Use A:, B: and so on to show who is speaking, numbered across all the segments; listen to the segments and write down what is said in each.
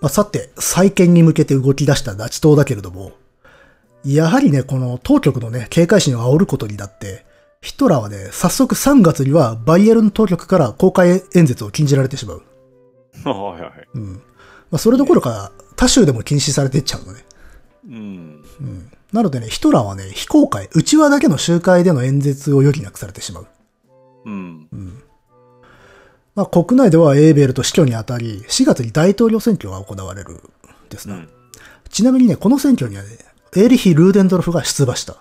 A: まあ、さて、再建に向けて動き出したナチ党だけれども、やはりね、この当局のね、警戒心を煽ることになって、ヒトラーはね、早速3月にはバイエルン当局から公開演説を禁じられてしまう。
B: はいはいはい。
A: うん。まあ、それどころか、他州でも禁止されていっちゃうのね。
B: うん。
A: うん。なのでね、ヒトラーはね、非公開、内輪だけの集会での演説を余儀なくされてしまう。
B: うん。
A: まあ、国内ではエーベルと死去にあたり、4月に大統領選挙が行われるです
B: う
A: な、
B: ん。
A: ちなみにね、この選挙にはね、エーリヒ・ルーデンドルフが出馬した。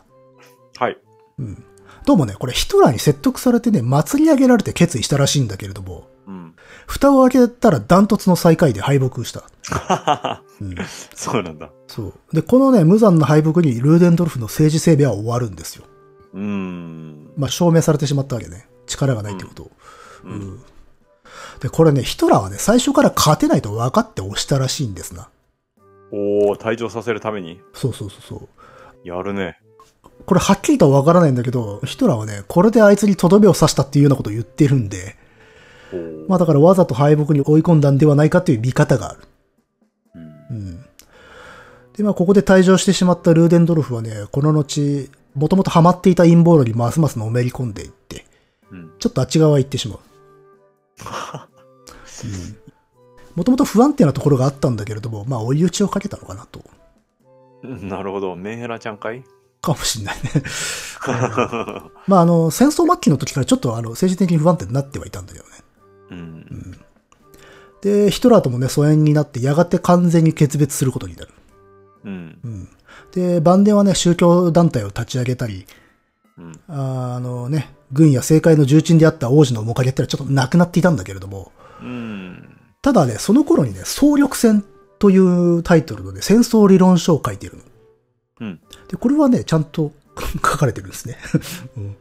B: はい。
A: うん。どうもね、これヒトラーに説得されてね、祭り上げられて決意したらしいんだけれども、
B: うん。
A: 蓋を開けたらダントツの最下位で敗北した。 うん。
B: そうなんだ。
A: そう。で、このね、無残な敗北にルーデンドルフの政治生命は終わるんですよ。
B: うん。
A: まあ、証明されてしまったわけね。力がないってことを。
B: うん
A: うんで、これね、ヒトラーはね、最初から勝てないと分かって押したらしいんですな。
B: おー、退場させるために
A: そうそうそうそう。
B: やるね。
A: これはっきりとは分からないんだけど、ヒトラーはね、これであいつにとどめを刺したっていうようなことを言ってるんで、
B: おー
A: まあだからわざと敗北に追い込んだんではないかという見方がある。
B: うん
A: うん。で、まあここで退場してしまったルーデンドルフはね、この後、もともとハマっていた陰謀論にますますのめり込んでいって、
B: うん。
A: ちょっとあっち側へ行ってしまう。もともと不安定なところがあったんだけれども、まあ追い打ちをかけたのかなと。
B: うん なるほど。メンヘラちゃんかい
A: かもしんないね。 まああの、戦争末期の時からちょっとあの、政治的に不安定になってはいたんだけどね。
B: うん。
A: で、ヒトラーともね、疎遠になって、やがて完全に決別することになる。
B: うん
A: う。ん。で、バンデンはね、宗教団体を立ち上げたり、
B: うん。
A: あーあのね、軍や政界の重鎮であった王子の面影ってのはちょっとなくなっていたんだけれども、
B: うん。
A: ただね、その頃にね、総力戦というタイトルのね、戦争理論書を書いているの。
B: うん。
A: で、これはね、ちゃんと 書かれてるんですね。
B: うん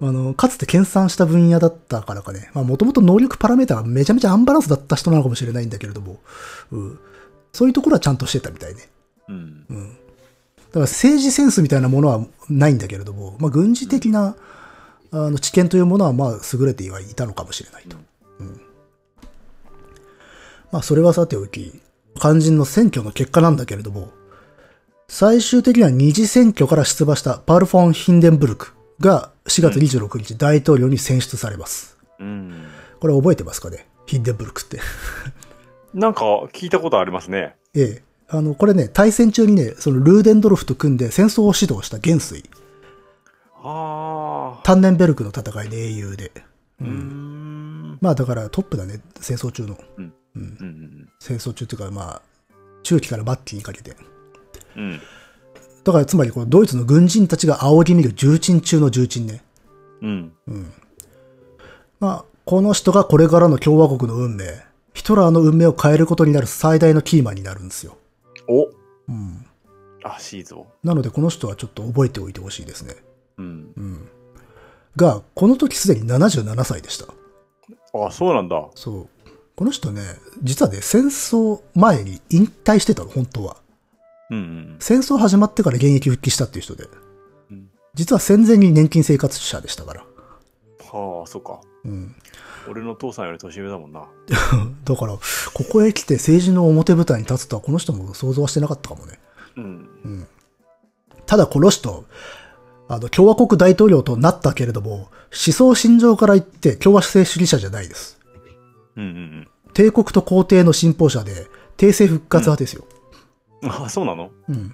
A: あの、かつて研鑽した分野だったからかね、まあもともと能力パラメータがめちゃめちゃアンバランスだった人なのかもしれないんだけれども、うん。そういうところはちゃんとしてたみたいね。
B: うん。
A: だから政治センスみたいなものはないんだけれども、まあ、軍事的な、あの知見というものはまあ優れてはいたのかもしれないと。うんまあ、それはさておき、肝心の選挙の結果なんだけれども、最終的には二次選挙から出馬したパルフォン・ヒンデンブルクが4月26日大統領に選出されます。
B: うん。
A: これ覚えてますかねヒンデンブルクって。
B: なんか聞いたことありますね。
A: ええ。あの、これね、対戦中にね、そのルーデンドルフと組んで戦争を指導した元帥。
B: はあ。
A: タンネンベルクの戦いで英雄で。
B: うーん。
A: まあだからトップだね、戦争中の。
B: うん。
A: 戦争中っていうかまあ、中期から末期にかけて。
B: うん。
A: だからつまりこのドイツの軍人たちが仰ぎ見る重鎮中の重鎮ね。
B: うん。
A: まあ、この人がこれからの共和国の運命、ヒトラーの運命を変えることになる最大のキーマンになるんですよ。
B: お
A: うん。
B: らしいぞ。
A: なのでこの人はちょっと覚えておいてほしいですね。
B: うん。
A: うん。が、この時すでに77歳でした。
B: あ、そうなんだ。
A: そう。この人ね、実はね、戦争前に引退してたの、本当は。
B: うん。
A: 戦争始まってから現役復帰したっていう人で
B: うん。
A: 実は戦前に年金生活者でしたから。
B: はあ、そうか。
A: うん。
B: 俺の父さんより年上だもんな。
A: だから、ここへ来て政治の表舞台に立つとはこの人も想像はしてなかったかもね。
B: うん。
A: ただこの人、あの、共和国大統領となったけれども、思想心情から言って共和制主義者じゃないです。
B: うんうん
A: 帝国と皇帝の信奉者で、帝政復活派ですよ。
B: うん。あ、そうなの
A: うん。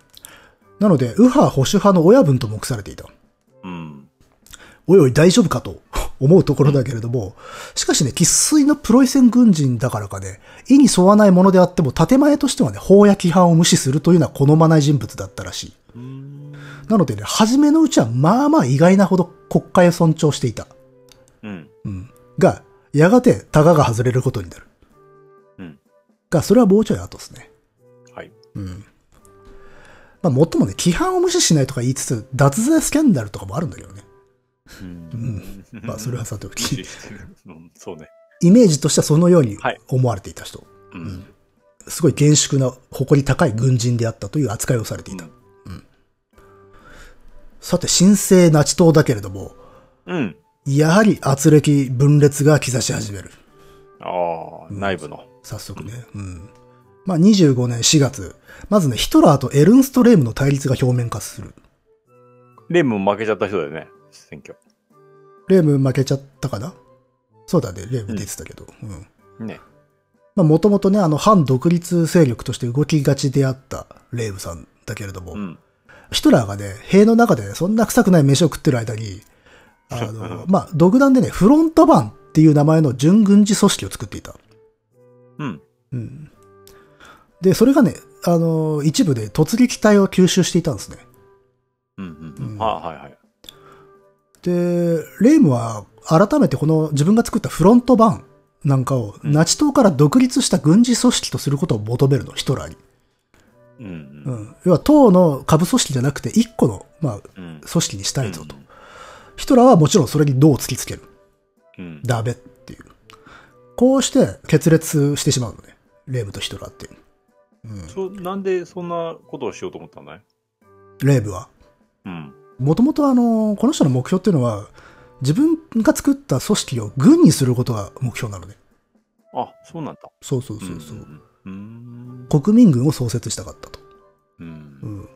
A: なので、右派保守派の親分と目されていた。
B: うん。
A: おいおい大丈夫かと思うところだけれども、しかしね、喫水のプロイセン軍人だからかね、意に沿わないものであっても、建前としてはね、法や規範を無視するというのは好まない人物だったらしい。
B: うん。
A: なのでね、初めのうちはまあまあ意外なほど国会を尊重していた。
B: うん。
A: うん。が、やがて、タガが外れることになる。
B: うん。
A: が、それはもうちょい後ですね。
B: はい。
A: うん。まあ、もっともね、規範を無視しないとか言いつつ、脱税スキャンダルとかもあるんだけどね。
B: うん。
A: まあ、それはさてお
B: 無
A: き
B: 視。してる。うんそうね。
A: イメージとしてはそのように
B: はい
A: 思われていた人。
B: うん。
A: すごい厳粛な、誇り高い軍人であったという扱いをされていた。さて、神聖ナチ党だけれども、
B: うん。
A: やはり圧力分裂が兆し始める。
B: ああ、内部の。
A: 早速ね。うん。まあ、25年4月、まずね、ヒトラーとエルンストレームの対立が表面化する。
B: レームも負けちゃった人だよね、選挙。
A: レーム負けちゃったかなそうだね、レーム出てたけど。うん。
B: ね。
A: まあ、もともとね、あの、反独立勢力として動きがちであったレームさんだけれども、
B: うん。
A: ヒトラーがね、塀の中でそんな臭くない飯を食ってる間 に、あの、まあ、独断でね、フロントバンっていう名前の準軍事組織を作っていた。
B: うん。
A: うん。で、それがね、あの、一部で突撃隊を吸収していたんですね。
B: うん。う
A: うん
B: ん。はあ、はいはい。
A: で、レームは改めてこの自分が作ったフロントバンなんかを、
B: うん
A: ナチ党から独立した軍事組織とすることを求めるの、ヒトラーに。
B: うん。
A: う
B: う。
A: んん。要は党の下部組織じゃなくて、一個の、まあ、
B: うん。
A: 組織にしたいぞと。ヒトラーはもちろんそれにどう突きつける。
B: うん。
A: ダメっていう。こうして決裂してしまうのね。レームとヒトラーっていう。うん。
B: そなんでそんなことをしようと思ったんだい
A: レームは。
B: うん。
A: もともとあの、この人の目標っていうのは、自分が作った組織を軍にすることが目標なのね。
B: あ、そうなんだ。
A: そうそうそうそう。
B: うん。
A: 国民軍を創設したかったと。
B: う。
A: うんん。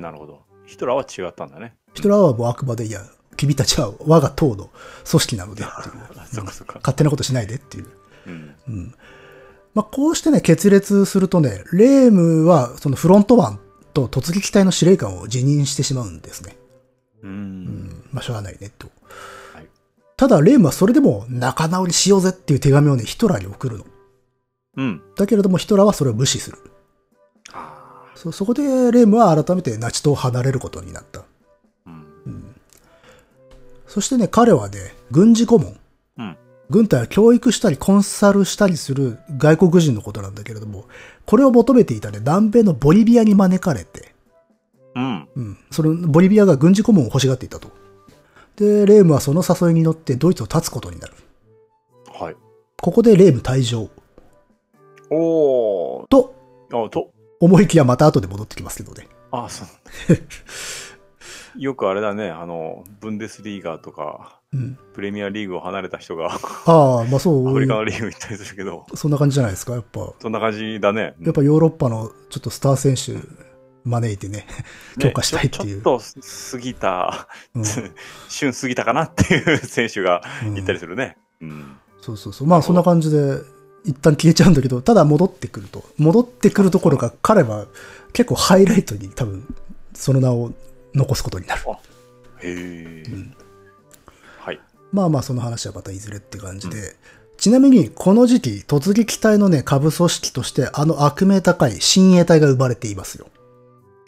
B: なるほど。ヒトラーは違ったんだ ね。
A: ヒトラーはもうあくまで、いや、君たちは我が党の組織なのでっていう。
B: あ、そっかそっか。
A: 勝手なことしないでっていう。
B: うん。
A: うん。まあ、こうしてね、決裂するとね、レームはそのフロントマンと突撃隊の司令官を辞任してしまうんですね。
B: う。
A: うんん。まあ、しょうがないね、と。
B: はい
A: ただ、レームはそれでも仲直りしようぜっていう手紙をね、ヒトラーに送るの。
B: うん。
A: だけれどもヒトラーはそれを無視する。
B: あ
A: そそこでレームは改めてナチ党を離れることになった。
B: ーうん。
A: そしてね、彼はね、軍事顧問。
B: うん。
A: 軍隊は教育したりコンサルしたりする外国人のことなんだけれども、これを求めていたね、南米のボリビアに招かれて、
B: うん。
A: うん。そのボリビアが軍事顧問を欲しがっていたと。で、レームはその誘いに乗ってドイツを立つことになる。
B: はい。
A: ここでレーム退場。
B: おー。
A: と、
B: あ、と。
A: 思いきやまた後で戻ってきますけどね。
B: あ、そうなんだ。 よくあれだね、あの、ブンデスリーガーとか、
A: うん。
B: プレミアリーグを離れた人が、ア
A: ああ、まあそう。
B: フリカのリーグに行ったりするけど、
A: そんな感じじゃないですか、やっぱ。
B: そんな感じだね。
A: やっぱヨーロッパのちょっとスター選手招いてね、
B: ね
A: 強化したいっていう
B: ちょちょっと過ぎた、
A: うん
B: 旬過ぎたかなっていう選手が
A: うん
B: 行ったりするね。うん。
A: そうそうそう。まあそんな感じで一旦消えちゃうんだけど、ただ戻ってくると。戻ってくるところが彼は結構ハイライトに多分その名を残すことになる。
B: へえ、
A: ん
B: はい。
A: まあまあその話はまたいずれって感じで。ちなみにこの時期、突撃隊のね、下部組織としてあの悪名高い親衛隊が生まれていますよ。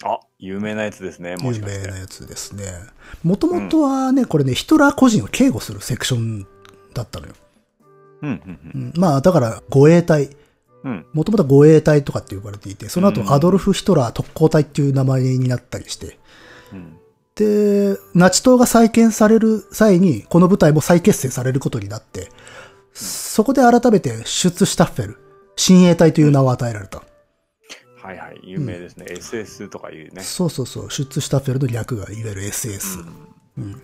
B: あ、有名なやつですね、も
A: 有
B: しかし
A: 名
B: て
A: な。やつですね。もともとはね、これね、ヒトラー個人を警護するセクションだったのよ。
B: うん、
A: う
B: うん
A: んまあ、だから、護衛隊。
B: うん、うん。
A: もともと護衛隊とかって呼ばれていて、その
B: うん
A: 後アドルフ・ヒトラー特攻隊っていう名前になったりして。
B: うん。
A: で、ナチ党が再建される際に、この部隊も再結成されることになって、そこで改めて出シュタッフェル、親衛隊という名を与えられた。
B: はいはい、有名ですね。SS とかいうね。
A: そうそうそう、出シュタッフェルの略がいわゆる SS。
B: うん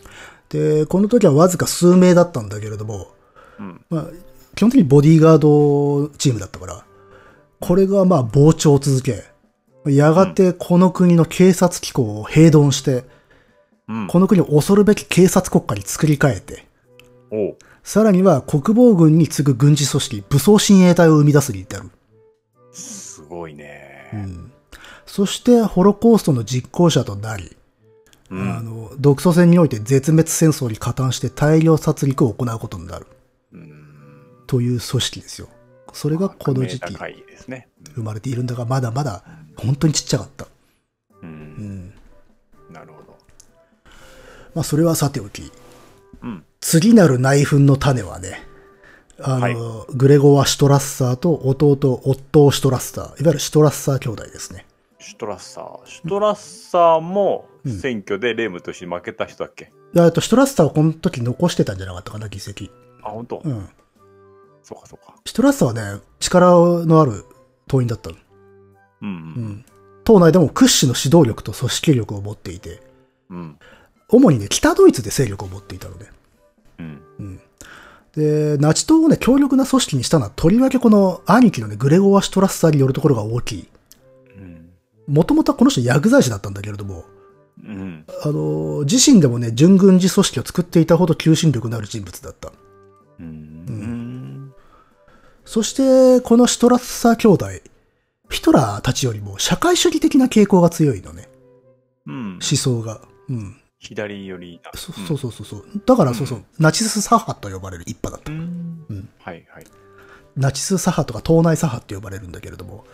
A: で、この時はわずか数名だったんだけれども、
B: うん。
A: まあ、基本的にボディーガードチームだったから、これがまあ膨張を続け、やがてこの国の警察機構を平鈍して、
B: うん。
A: この国を恐るべき警察国家に作り変えて、
B: おう
A: さらには国防軍に次ぐ軍事組織、武装親衛隊を生み出すに至る。
B: すごいね。
A: うんそして、ホロコーストの実行者となり、
B: うん。
A: あの、独ソ戦において絶滅戦争に加担して大量殺戮を行うことになる。
B: うん
A: という組織ですよ。それがこの時
B: まあ
A: 期。
B: 高いですね。
A: 生まれているんだが、まだまだ本当にちっちゃかった。
B: う。
A: うんん。
B: なるほど。
A: まあ、それはさておき。
B: うん。
A: 次なる内紛の種はね、あの、
B: はい
A: グレゴワ・シュトラッサーと弟、オットー・シュトラッサー、いわゆるシュトラッサー兄弟ですね。
B: シュトラッサー。シュトラッサーも
A: うん
B: 選挙でレームとして負けた人だっけ、
A: えっと、シュトラッサーはこの時残してたんじゃなかったかな、議席。
B: あ、本当、
A: うん。
B: そうかそうか。
A: シュトラッサーはね、力のある党員だったの。
B: うん
A: うん。党内でも屈指の指導力と組織力を持っていて、
B: うん。うん。
A: 主にね、北ドイツで勢力を持っていたので。
B: うん。
A: うん。で、ナチ党をね、強力な組織にしたのは、とりわけこの兄貴のね、グレゴワ・シュトラッサーによるところが大きい。
B: うん。
A: もともとはこの人薬剤師だったんだけれども、
B: うん。
A: あの、自身でもね、準軍事組織を作っていたほど求心力のある人物だった。
B: うん。うん。
A: そして、このシュトラッサー兄弟、ヒトラーたちよりも社会主義的な傾向が強いのね、
B: うん
A: 思想が。うん。
B: 左寄りな。
A: そそうそうそうそう。だからそうそう、ナチス左派と呼ばれる一派だった
B: う。ん。
A: う
B: うんん。はいはい。
A: ナチス左派とか党内左派って呼ばれるんだけれども。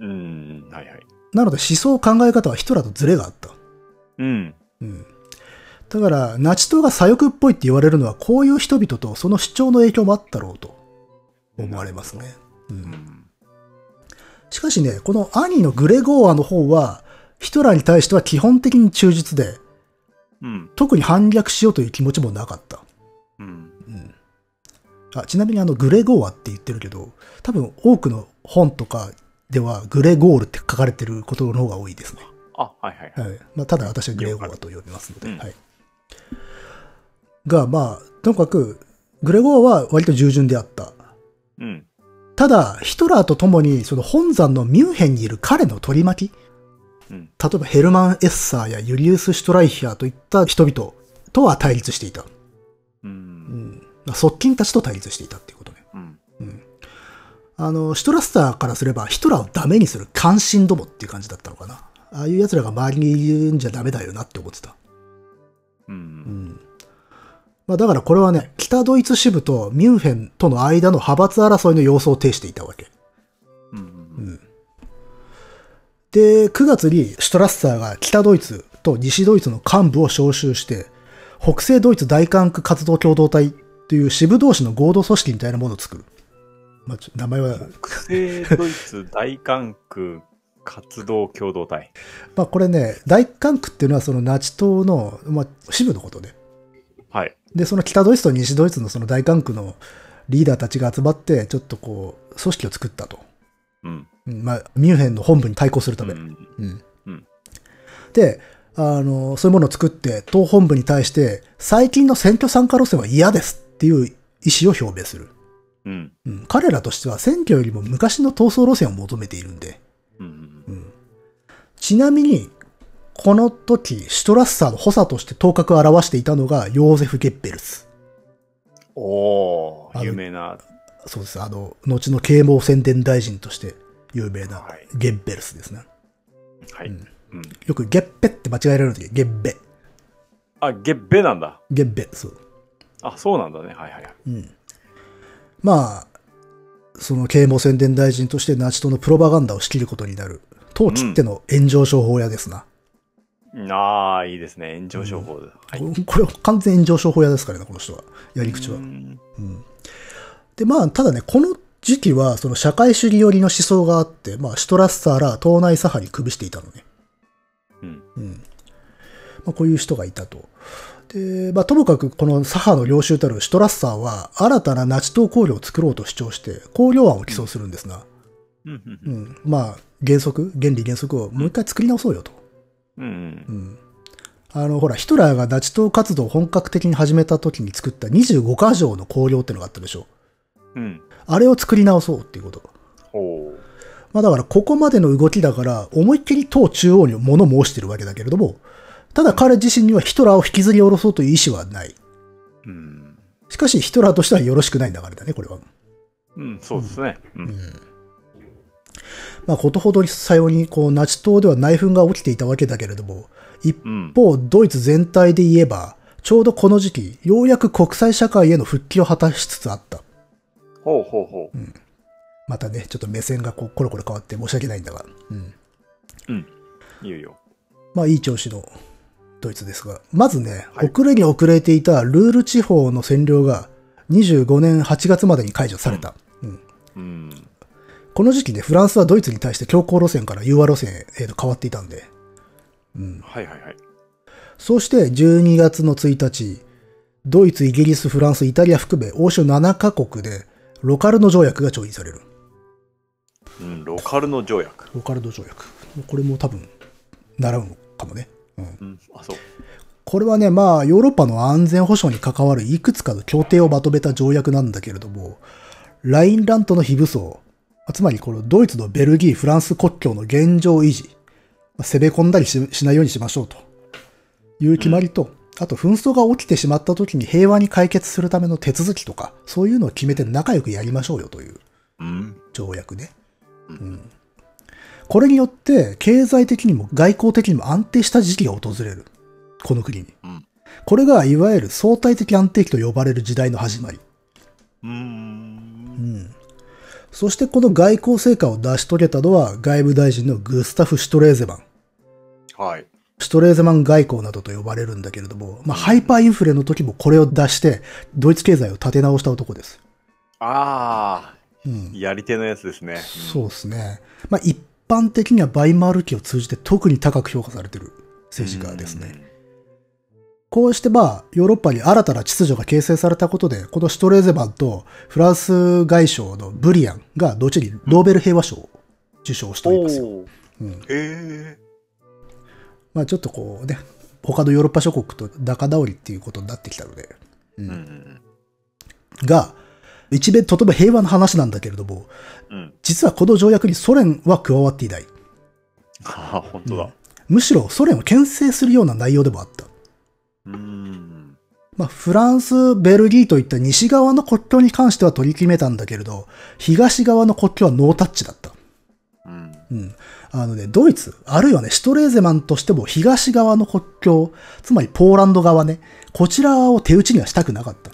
B: うん。はいはい。
A: なので思想考え方はヒトラーとズレがあった。
B: うん。
A: うん。だから、ナチ党が左翼っぽいって言われるのは、こういう人々とその主張の影響もあったろうと思われますね。う。
B: うんん。
A: しかしね、この兄のグレゴーアの方は、ヒトラーに対しては基本的に忠実で、
B: うん。
A: 特に反逆しようという気持ちもなかった。
B: うん。
A: うん。あ、ちなみにあの、グレゴーアって言ってるけど、多分多くの本とかでは、グレゴールって書かれてることの方が多いですね。
B: あ、はいはいはい。
A: はいまあ、ただ私はグレゴアと呼びますので、
B: うん
A: はい、がまあとにかくグレゴアは割と従順であった
B: うん。
A: ただヒトラーと共にその本山のミュンヘンにいる彼の取り巻き
B: うん。
A: 例えばヘルマン・エッサーやユリウス・シュトライヒャーといった人々とは対立していた、
B: う。
A: うんん、まあ側近たちと対立していたっていうことね
B: うん。
A: あのシュトラスターからすればヒトラーをダメにする関心どもっていう感じだったのかなああいう奴らが周りにいるんじゃダメだよなって思ってたう
B: う。
A: んんまあ、だからこれはね、北ドイツ支部とミュンヘンとの間の派閥争いの様相を呈していたわけ。
B: うん。
A: で、9月にシュトラッサーが北ドイツと西ドイツの幹部を招集して、北西ドイツ大管区活動共同体という支部同士の合同組織みたいなものを作る。まあ、ちょ名前は、
B: 西ドイツ大管区活動共同体。
A: まあこれね、大管区っていうのはそのナチ党の、まあ、支部のことね。
B: はい。
A: で、その北ドイツと西ドイツのその大管区のリーダーたちが集まって、ちょっとこう、組織を作ったと。
B: うん。
A: うんまあ、ミュンヘンの本部に対抗するため。
B: うん
A: うん
B: うん
A: であの、そういうものを作って、党本部に対して、最近の選挙参加路線は嫌ですっていう意思を表明する。
B: うん。
A: うん、彼らとしては選挙よりも昔の闘争路線を求めているんで。
B: うん。
A: ちなみに、この時、シュトラッサーの補佐として頭角を現していたのが、ヨーゼフ・ゲッペルス。
B: お
A: あ
B: ー、
A: の
B: 有名な。
A: そうです。あの、後の啓蒙宣伝大臣として有名な
B: はい
A: ゲッペルスですね。
B: はい。
A: う
B: うんん。
A: よくゲッペって間違えられる時、ゲッベ。
B: あ、ゲッベなんだ。
A: ゲッベ、そう。
B: あ、そうなんだね。はいはいはい。
A: うん、まあその啓蒙宣伝大臣としてナチ党のプロパガンダを仕切ることになる当地っての炎上商法屋ですな、
B: ああ、いいですね。炎上商法だ。はい。
A: ここれ完全炎上商法屋ですからねこの人はやり口は、
B: うん
A: でまあただねこの時期はその社会主義寄りの思想があって、まあ、シュトラッサーら党内左派に首していたのね、
B: うん。
A: まあ、こういう人がいたとで、まあ、ともかくこの左派の領袖たるシュトラッサーは新たなナチ党綱領を作ろうと主張して綱領案を起草するんですな、
B: うんうん
A: う。ん、まあ原則原理原則をもう一回作り直そうよと、
B: うんうん。
A: あのほらヒトラーがナチ党活動を本格的に始めた時に作った25か条の綱領ってのがあったでしょ
B: うん。
A: あれを作り直そうっていうこと
B: おー。
A: まあだからここまでの動きだから思いっきり党中央に物申してるわけだけれどもただ彼自身にはヒトラーを引きずり下ろそうという意思はない
B: うん。
A: しかしヒトラーとしてはよろしくない流れだねこれは
B: うん、そうですね。うん。
A: まあことほどにさようにこうナチ党では内紛が起きていたわけだけれども一
B: うん
A: 一。方、ドイツ全体で言えば、ちょうどこの時期、ようやく国際社会への復帰を果たしつつあった。
B: ほうほうほう。
A: またね、ちょっと目線がこうコロコロ変わって申し訳ないんだが、うん。
B: うん。いいよいいよ。
A: まあ、いい調子のドイツですが、まずね、
B: はい
A: 遅れに遅れていたルール地方の占領が25年8月までに解除された。うん
B: うん。
A: この時期ね、フランスはドイツに対して強硬路線から融和路線へと変わっていたんで、
B: はいはいはい。
A: そうして12月の1日、ドイツ、イギリス、フランス、イタリア含め欧州7カ国でロカルノ条約が調印される。
B: うん、ロカルノ条約。
A: ロカルノ条約。これも多分、習うのかもね。
B: うん。あ、そう。
A: これはね、まあ、ヨーロッパの安全保障に関わるいくつかの協定をまとめた条約なんだけれども、ラインラントの非武装、つまりこのドイツのベルギー、フランス国境の現状維持、攻め込んだりししないようにしましょうという決まりと、あと紛争が起きてしまった時に平和に解決するための手続きとか、そういうのを決めて仲良くやりましょうよという
B: うん。
A: 条約ね。うん。これによって、経済的にも外交的にも安定した時期が訪れる。この国に。
B: うん
A: これが、いわゆる相対的安定期と呼ばれる時代の始まり。
B: う。
A: うんん。そしてこの外交成果を成し遂げたのは、外務大臣のグスタフ・シュトレーゼマン。
B: はい。
A: シュトレーゼマン外交などと呼ばれるんだけれども、まあ、ハイパーインフレの時もこれを出して、ドイツ経済を立て直した男です。
B: ああ、
A: うん。
B: やり手のやつですね。
A: そうですね。まあ、一般的にはバイマール期を通じて特に高く評価されてる政治家ですね。こうしてまあ、ヨーロッパに新たな秩序が形成されたことで、このシュトレーゼマンとフランス外相のブリアンが後にノーベル平和賞を受賞しておりますよ。
B: おお。
A: うん、
B: へえ。
A: まあちょっとこうね、他のヨーロッパ諸国と仲直りっていうことになってきたので。
B: うん
A: が、一面とても平和の話なんだけれども、
B: うん。うん。
A: 実はこの条約にソ連は加わっていない。
B: ああ、本当だ。
A: むしろソ連を牽制するような内容でもあった。
B: うん。
A: まあ、フランス、ベルギーといった西側の国境に関しては取り決めたんだけれど、東側の国境はノータッチだった。
B: うん。
A: うん。あのね、ドイツ、あるいはね、シュトレーゼマンとしても東側の国境、つまりポーランド側ね、こちらを手打ちにはしたくなかった。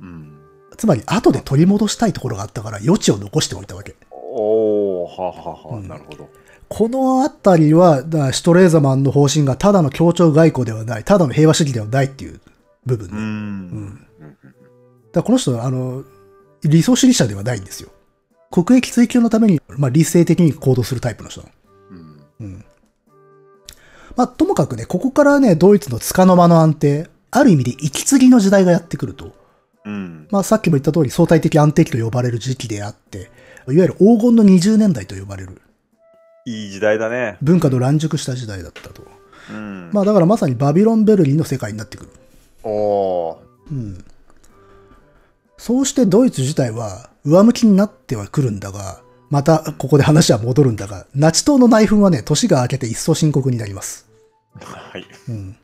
B: うん。
A: つまり、後で取り戻したいところがあったから余地を残しておいたわけ。
B: おお、はあはあはあ、
A: うん
B: なるほど。
A: このあたりは、だからシュトレーゼマンの方針がただの協調外交ではない、ただの平和主義ではないっていう部分ね。
B: うん。
A: だ
B: う
A: か
B: ん
A: らこの人は、あの、理想主義者ではないんですよ。国益追求のために、まあ理性的に行動するタイプの人なの。
B: うん。
A: うん。まあ、ともかくね、ここからね、ドイツの束の間の安定、ある意味で息継ぎの時代がやってくると、
B: うん。
A: まあ、さっきも言った通り相対的安定期と呼ばれる時期であって、いわゆる黄金の20年代と呼ばれる
B: いい時代だね。
A: 文化の乱熟した時代だったと。
B: うん。
A: まあだからまさにバビロン・ベルリンの世界になってくる。
B: おお
A: うん。そうしてドイツ自体は上向きになってはくるんだが、またここで話は戻るんだが、ナチ党の内紛はね、年が明けて一層深刻になります。
B: ー。はい。
A: うん。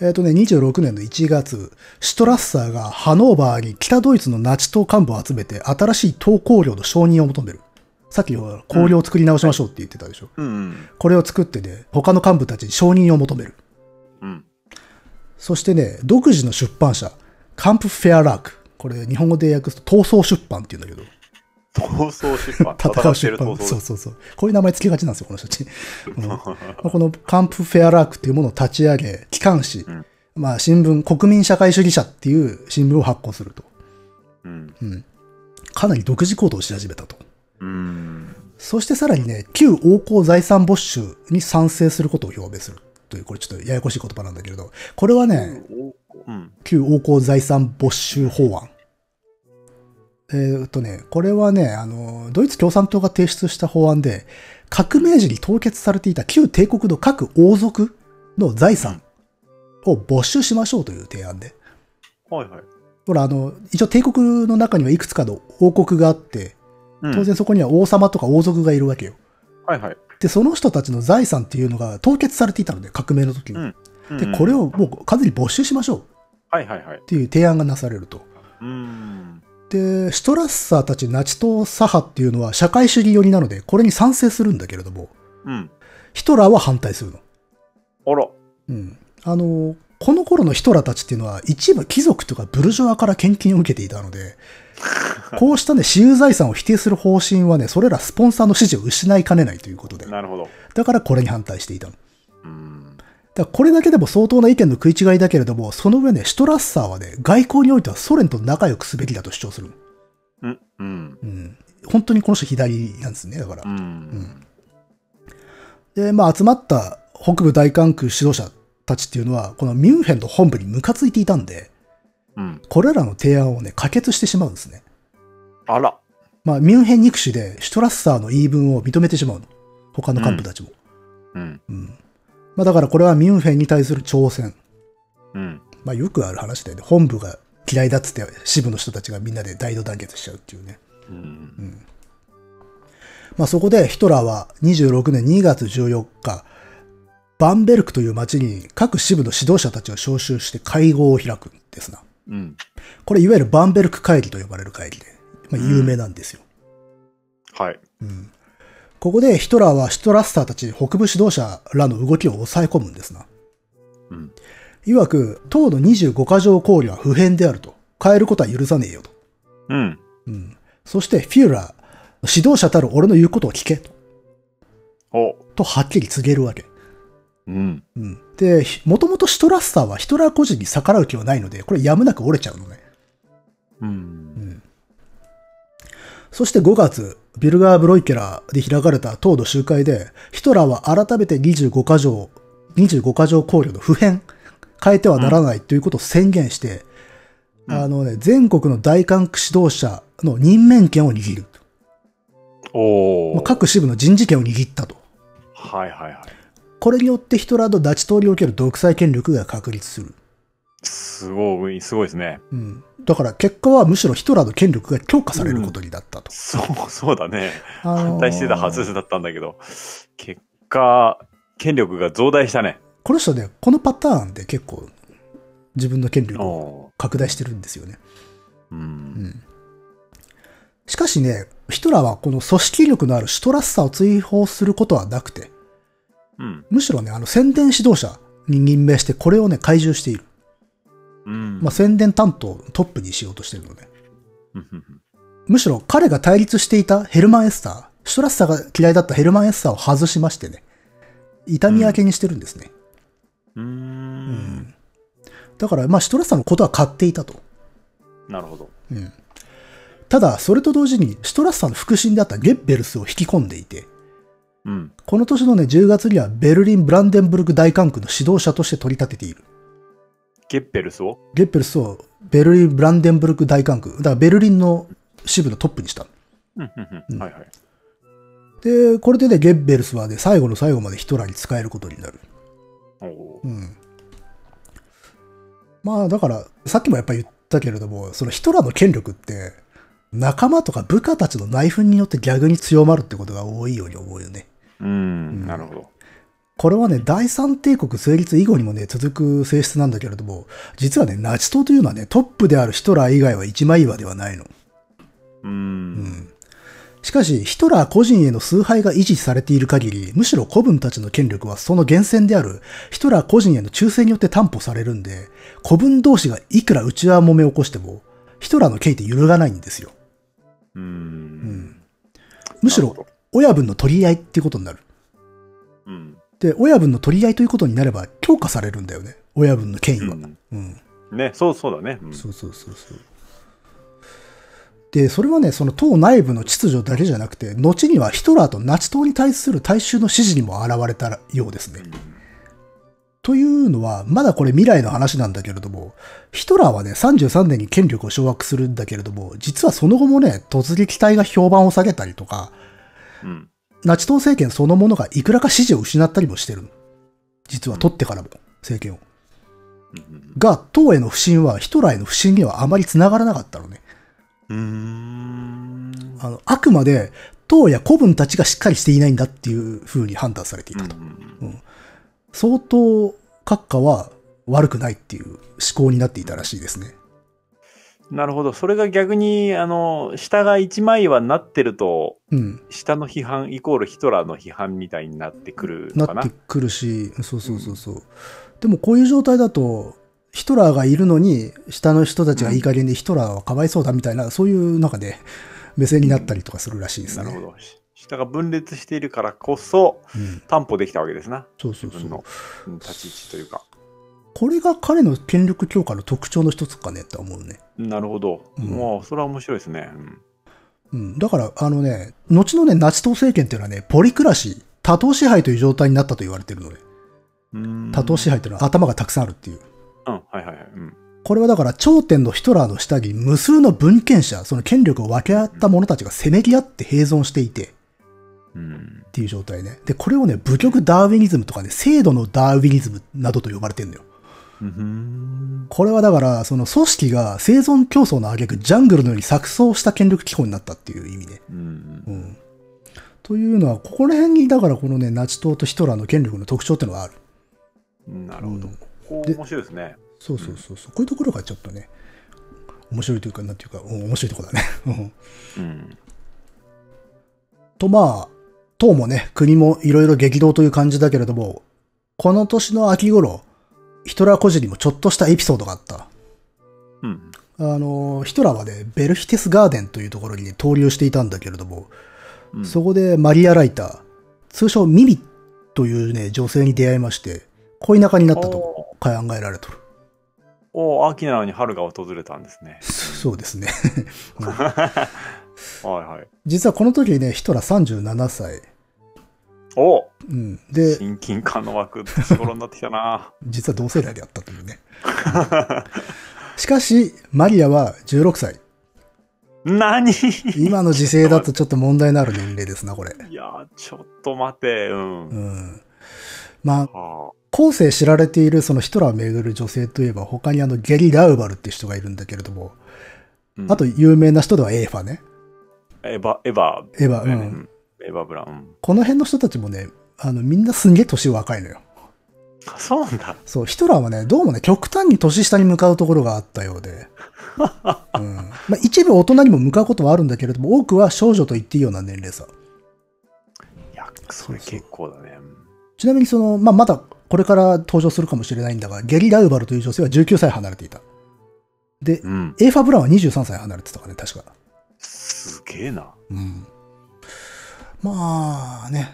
A: えっ、とね、26年の1月、シュトラッサーがハノーバーに北ドイツのナチ党幹部を集めて新しい党綱領の承認を求める。さっきほら、綱領を作り直しましょうって言ってたでしょ。
B: うん。
A: これを作ってね、他の幹部たちに承認を求める。
B: うん。
A: そしてね、独自の出版社、カンプフェアラーク。これ、日本語で訳すと、闘争出版って言うんだけど、
B: 闘争出版。
A: 戦う
B: って
A: 出
B: る
A: 版。
B: 闘
A: そう
B: 争。
A: そうそう。こういう名前つけがちなんですよ、この人たち。 うんまあこのカンプフェアラークっていうものを立ち上げ、機関誌、
B: ん
A: まあ、新聞、国民社会主義者っていう新聞を発行すると。
B: うん。
A: うん。かなり独自行動をし始めたと。
B: うん。
A: そしてさらにね、旧王公財産没収に賛成することを表明する。という、これちょっとややこしい言葉なんだけれど、これはね、
B: うん。
A: 旧王公財産没収法案。えーっとね、これはね、あの、ドイツ共産党が提出した法案で、革命時に凍結されていた旧帝国の各王族の財産を没収しましょうという提案で。
B: はいはい。
A: ほら、あの、一応帝国の中にはいくつかの王国があって、
B: うん
A: 当。然そこには王様とか王族がいるわけよ。
B: はいはい。
A: で、その人たちの財産っていうのが凍結されていたので、革命の時に。
B: うん
A: で、これ。をもう完全に没収しましょうっ
B: はいはいはい。
A: ていう提案がなされると。
B: うん。
A: で、シュトラッサーたちナチ党左派っていうのは社会主義寄りなので、これに賛成するんだけれども、
B: うん。
A: ヒトラーは反対するの。
B: あら。
A: うん。あの、この頃のヒトラーたちっていうのは一部貴族とかブルジョアから献金を受けていたので、こうしたね、私有財産を否定する方針はね、それらスポンサーの支持を失いかねないということで、
B: なるほど。
A: だからこれに反対していたの。
B: うん。
A: だからこれだけでも相当な意見の食い違いだけれども、その上ね、シュトラッサーはね、外交においてはソ連と仲良くすべきだと主張するの。
B: うん。うん。
A: うん。本当にこの人左なんですね、だから
B: う。ん。
A: で、まあ、集まった北部大管区指導者たちっていうのは、このミュンヘンの本部にムカついていたんで、
B: うん。
A: これらの提案をね、可決してしまうんですね。
B: あら。
A: まあ、ミュンヘン憎しで、シュトラッサーの言い分を認めてしまうの。他の幹部たちも。
B: うん。
A: うん。まあ、だからこれはミュンヘンに対する挑戦。
B: うん。
A: まあよくある話だよね。本部が嫌いだっつって支部の人たちがみんなで大同団結しちゃうっていうね。
B: うん。
A: まあそこでヒトラーは26年2月14日、バンベルクという町に各支部の指導者たちを招集して会合を開くんですな。
B: うん。
A: これいわゆるバンベルク会議と呼ばれる会議で、まあ有名なんですよ。
B: はい。
A: うんここでヒトラーはシュトラッサーたち北部指導者らの動きを抑え込むんですな。
B: うん。
A: いわく、党の25か条考慮は不変であると。変えることは許さねえよと。
B: うん。
A: うん。そして、フィーラー、指導者たる俺の言うことを聞けと。
B: お。
A: とはっきり告げるわけ。
B: うん。
A: うん。で、もともとシュトラッサーはヒトラー個人に逆らう気はないので、これやむなく折れちゃうのね。
B: うん。
A: そして5月、ビルガー・ブロイケラーで開かれた党の集会で、ヒトラーは改めて25か条、25か条考慮の普遍、変えてはならないということを宣言して、
B: うん
A: あのね、全国の大韓区指導者の任免権を握る。まあ
B: おお。
A: 各支部の人事権を握ったと。
B: はいはいはい。
A: これによってヒトラーとダチ党における独裁権力が確立する。
B: すごい、すごいですね。
A: うん。だから結果はむしろヒトラーの権力が強化されることになったと。
B: そう、そうだね。
A: あのー
B: 反対してたはずだったんだけど、結果、権力が増大したね。
A: この人ね、このパターンで結構自分の権力を
B: お
A: 拡大してるんですよね。
B: う。
A: うんん。しかしね、ヒトラーはこの組織力のあるシュトラッサーを追放することはなくて、
B: うん。
A: むしろね、あの宣伝指導者に任命してこれをね、懐柔している。
B: うん。
A: まあ、宣伝担当のトップにしようとしてるのね。
B: うんうん
A: むしろ彼が対立していたヘルマン・エッサー、シュトラッサーが嫌いだったヘルマン・エッサーを外しましてね、痛み分けにしてるんですね。
B: うん。うーん。
A: だから、まあ、シュトラッサーのことは買っていたと。
B: なるほど。
A: うん。ただ、それと同時に、シュトラッサーの腹心であったゲッベルスを引き込んでいて、
B: うん。
A: この年のね、10月にはベルリン・ブランデンブルク大管区の指導者として取り立てている。
B: ゲッペルスを
A: ゲッペルスをベルリン・ブランデンブルク大管区、だからベルリンの支部のトップにした。
B: うんうんうん。はいはい。
A: で、これでね、ゲッベルスはね、最後の最後までヒトラーに使えることになる。
B: おお
A: う。ん。まあだから、さっきもやっぱ言ったけれども、そのヒトラーの権力って、仲間とか部下たちの内紛によって逆に強まるってことが多いように思うよね。
B: うん。なるほど。
A: これはね、第三帝国成立以後にもね、続く性質なんだけれども、実はね、ナチ党というのはね、トップであるヒトラー以外は一枚岩ではないの。
B: う。
A: うんん。しかし、ヒトラー個人への崇拝が維持されている限り、むしろ子分たちの権力はその源泉であるヒトラー個人への忠誠によって担保されるんで、子分同士がいくら内輪揉めを起こしても、ヒトラーの権威って揺るがないんですよ。
B: う。
A: うんん。むし
B: なる
A: ろ
B: ほ、
A: 親分の取り合いっていうことになる。
B: うん。
A: で、親分の取り合いということになれば強化されるんだよね。親分の権威は。
B: うん
A: うん
B: ね、そうそうだね。うん
A: そうそうそうそう。で、それはね、その党内部の秩序だけじゃなくて、後にはヒトラーとナチ党に対する大衆の支持にも現れたようですね。というのは、まだこれ未来の話なんだけれども、ヒトラーはね、33年に権力を掌握するんだけれども、実はその後もね、突撃隊が評判を下げたりとか、
B: うん。
A: ナチ党政権そのものがいくらか支持を失ったりもしてるの。実は取ってからも、政権を。
B: うん
A: が、党への不信はヒトラーへの不信にはあまり繋がらなかったのね。
B: うん。うん
A: あの、あくまで、党や古文たちがしっかりしていないんだっていう風に判断されていたと。相当、閣下は悪くないっていう思考になっていたらしいですね。
B: なるほど。それが逆に、あの、下が一枚岩になってると、
A: うん。
B: 下の批判イコールヒトラーの批判みたいになってくるのか
A: な
B: な。
A: ってくるし、そうそうそうそう。でもこういう状態だと、ヒトラーがいるのに、下の人たちがいい加減でヒトラーはかわいそうだみたいな、そういう中で、目線になったりとかするらしいです
B: な
A: ね。
B: るほど。し下が分裂しているからこそ、
A: うん。
B: 担保できたわけですな。
A: そうそう
B: 自
A: そ
B: 分
A: う
B: の。うん立ち位置というか。
A: これが彼の権力強化の特徴の一つかねって思うね。
B: なるほど。
A: うん
B: もう、それは面白いですね。うん
A: うん、だから、あのね、後のね、ナチ党政権っていうのはね、ポリクラシー、多党支配という状態になったと言われてるので、
B: うん
A: 多党支配というのは頭がたくさんあるっていう。
B: うん、はいはいはい。うん。
A: これはだから、頂点のヒトラーの下に無数の文献者、その権力を分け合った者たちがせめぎ合って併存していて、
B: うん
A: っていう状態ね。で、これをね、武力ダーウィニズムとかね、制度のダーウィニズムなどと呼ばれてるのよ。
B: うん
A: これはだから、その組織が生存競争の挙句ジャングルのように錯綜した権力機構になったっていう意味ね。
B: うんうん
A: うん。というのは、ここら辺に、だからこのね、ナチ党とヒトラーの権力の特徴っていうのがある。
B: うんなるほど。
A: うん
B: ここ面白いですね。
A: そうそうそうそう。こういうところがちょっとね、面白いというか、なんていうか、うん面白いところだね。うん
B: うん。
A: とまあ、党もね、国もいろいろ激動という感じだけれども、この年の秋頃、ヒトラー孤児にもちょっとしたエピソードがあった。
B: うん。
A: あの、ヒトラーはね、ベルヒテスガーデンというところに、ね、登竜していたんだけれども、
B: うん
A: そこでマリア・ライター、通称ミミというね、女性に出会いまして、恋仲になったと
B: お
A: 考えられとる。
B: おお秋なのに春が訪れたんですね。
A: そそうですね。
B: はいはい。
A: 実はこの時ね、ヒトラー37歳。
B: おお
A: うん。で、
B: 親近感の枠、年頃になってきたな。
A: 実は同世代であったという ね。しかし、マリアは16歳。
B: 何い
A: 今の時勢だとちょっと問題のある年齢ですな、これ。
B: やー、ちょっと待て。うん。
A: うん。まあ、
B: は
A: 後世知られているそのヒトラーを巡る女性といえば、他にあのゲリ・ラウバルっていう人がいるんだけれども、
B: あうん
A: あと有名な人ではエーファね。
B: エヴァ、エヴァ、
A: エヴァ、う。
B: うんんエヴァブラン。
A: この辺の人たちもね、あの、みんなすんげえ年若いのよ。
B: あそうなんだ。
A: そう、ヒトラーはね、どうもね、極端に年下に向かうところがあったようで。 うん。まあ、一部大人にも向かうことはあるんだけれども、多くは少女と言っていいような年齢さ。
B: いや、それ結構だね。
A: ちなみにその、まあ、まだこれから登場するかもしれないんだが、ゲリ・ラウバルという女性は19歳離れていた。で、
B: うん。
A: エーファ・ブラウンは23歳離れてたからね、確か。
B: すげえな。
A: うん。まあね。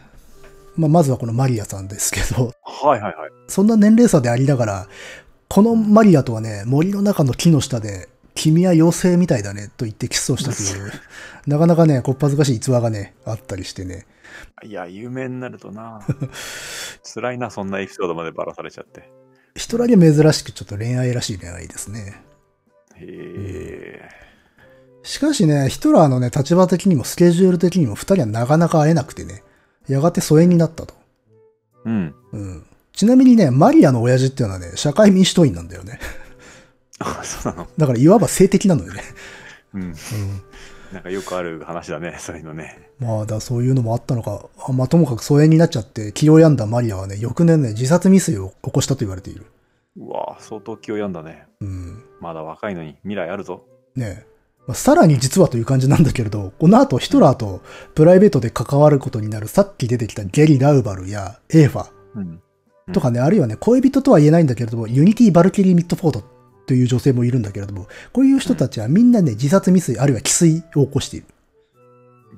A: まあ、まずはこのマリアさんですけど、
B: はいはいはい。
A: そんな年齢差でありながら、このマリアとはね、森の中の木の下で、君は妖精みたいだねと言ってキスをしたという、なかなかね、こっぱずかしい逸話がね、あったりしてね。
B: いや、有名になると な。辛いな、そんなエピソードまでばらされちゃって。
A: ヒトラには珍しくちょっと恋愛らしい恋愛ですね。
B: へえ。
A: しかしね、ヒトラーのね、立場的にもスケジュール的にも二人はなかなか会えなくてね、やがて疎遠になったと。
B: うん。
A: うん。ちなみにね、マリアの親父っていうのはね、社会民主党員なんだよね。
B: あ、そうなの。
A: だからいわば性的なのよね。
B: うん。
A: うん。
B: なんかよくある話だね、そういうのね。
A: まあ、だからそういうのもあったのか、あまあ、ともかく疎遠になっちゃって、気を病んだマリアはね、翌年ね、自殺未遂を起こしたと言われている。
B: うわ相当気を病んだね。
A: うん。
B: まだ若いのに未来あるぞ。
A: ねえ。まあ、さらに実はという感じなんだけれど、この後ヒトラーとプライベートで関わることになるさっき出てきたゲリ・ラウバルやエーファ
B: うん。
A: とかね、あるいはね、恋人とは言えないんだけれども、ユニティ・バルキリー・ミッドフォードという女性もいるんだけれども、こういう人たちはみんなね、自殺未遂あるいは既遂を起こしている。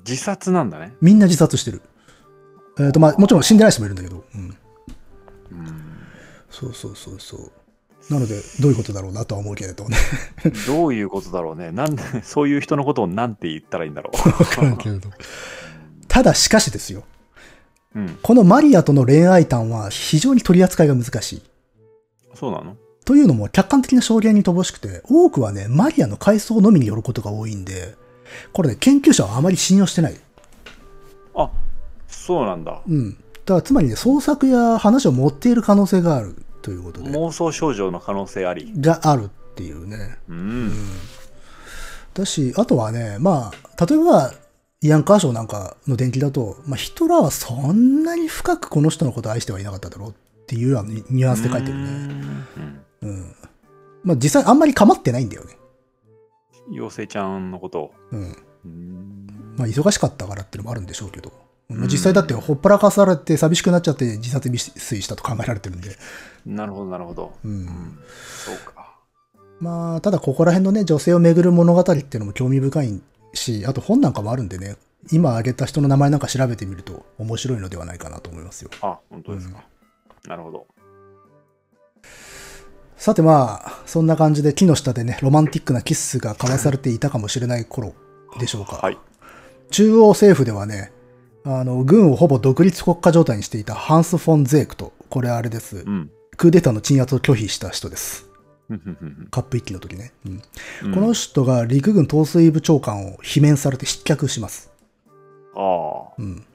B: 自殺なんだね。
A: みんな自殺してる。えっ、と、まあ、もちろん死んでない人もいるんだけど、うん。
B: うん。
A: そうそうそうそう。なので、どういうことだろうなとは思うけれどね。
B: どういうことだろうね。なん で、そういう人のことをなんて言ったらいいんだろ
A: わからんけれど。ただ、しかしですよ。
B: う。うん。
A: このマリアとの恋愛談は非常に取り扱いが難しい。
B: そうなの
A: というのも、客観的な証言に乏しくて、多くはね、マリアの回想のみによることが多いんで、これね、研究者はあまり信用してない。
B: あ、そうなんだ。
A: うん。だから、つまりね、創作や話を持っている可能性があるということで、
B: 妄想症状の可能性あり。
A: があるっていうね。
B: うん。
A: だし、あとはね、まあ、例えば、イアン・カーショーなんかの伝記だと、まあ、ヒトラーはそんなに深くこの人のことを愛してはいなかっただろうっていうようなニニュアンスで書いてるね。
B: うん
A: うん。まあ、実際あんまり構ってないんだよね。
B: 妖精ちゃんのことを。
A: うん。
B: うん
A: まあ、忙しかったからっていうのもあるんでしょうけど。ま
B: う
A: あ、
B: ん
A: 実際だってほっぱらかされて寂しくなっちゃって自殺未遂したと考えられてるんで。
B: なるほど、なるほど。
A: う。
B: うんん。そうか。
A: まあ、ただここら辺のね、女性を巡る物語っていうのも興味深いし、あと本なんかもあるんでね、今挙げた人の名前なんか調べてみると面白いのではないかなと思いますよ。
B: あ、本当ですか。なるほど。
A: さてまあ、そんな感じで木の下でね、ロマンティックなキッスが交わされていたかもしれない頃でしょうか。
B: はい。
A: 中央政府ではね、あの、軍をほぼ独立国家状態にしていたハンス・フォン・ゼークと、これあれです
B: う。ん。
A: クーデターの鎮圧を拒否した人です。
B: うんうん
A: カップ一揆の時ね。うん
B: うん
A: この人が陸軍統帥部長官を罷免されて失脚します。
B: ああ。
A: うん。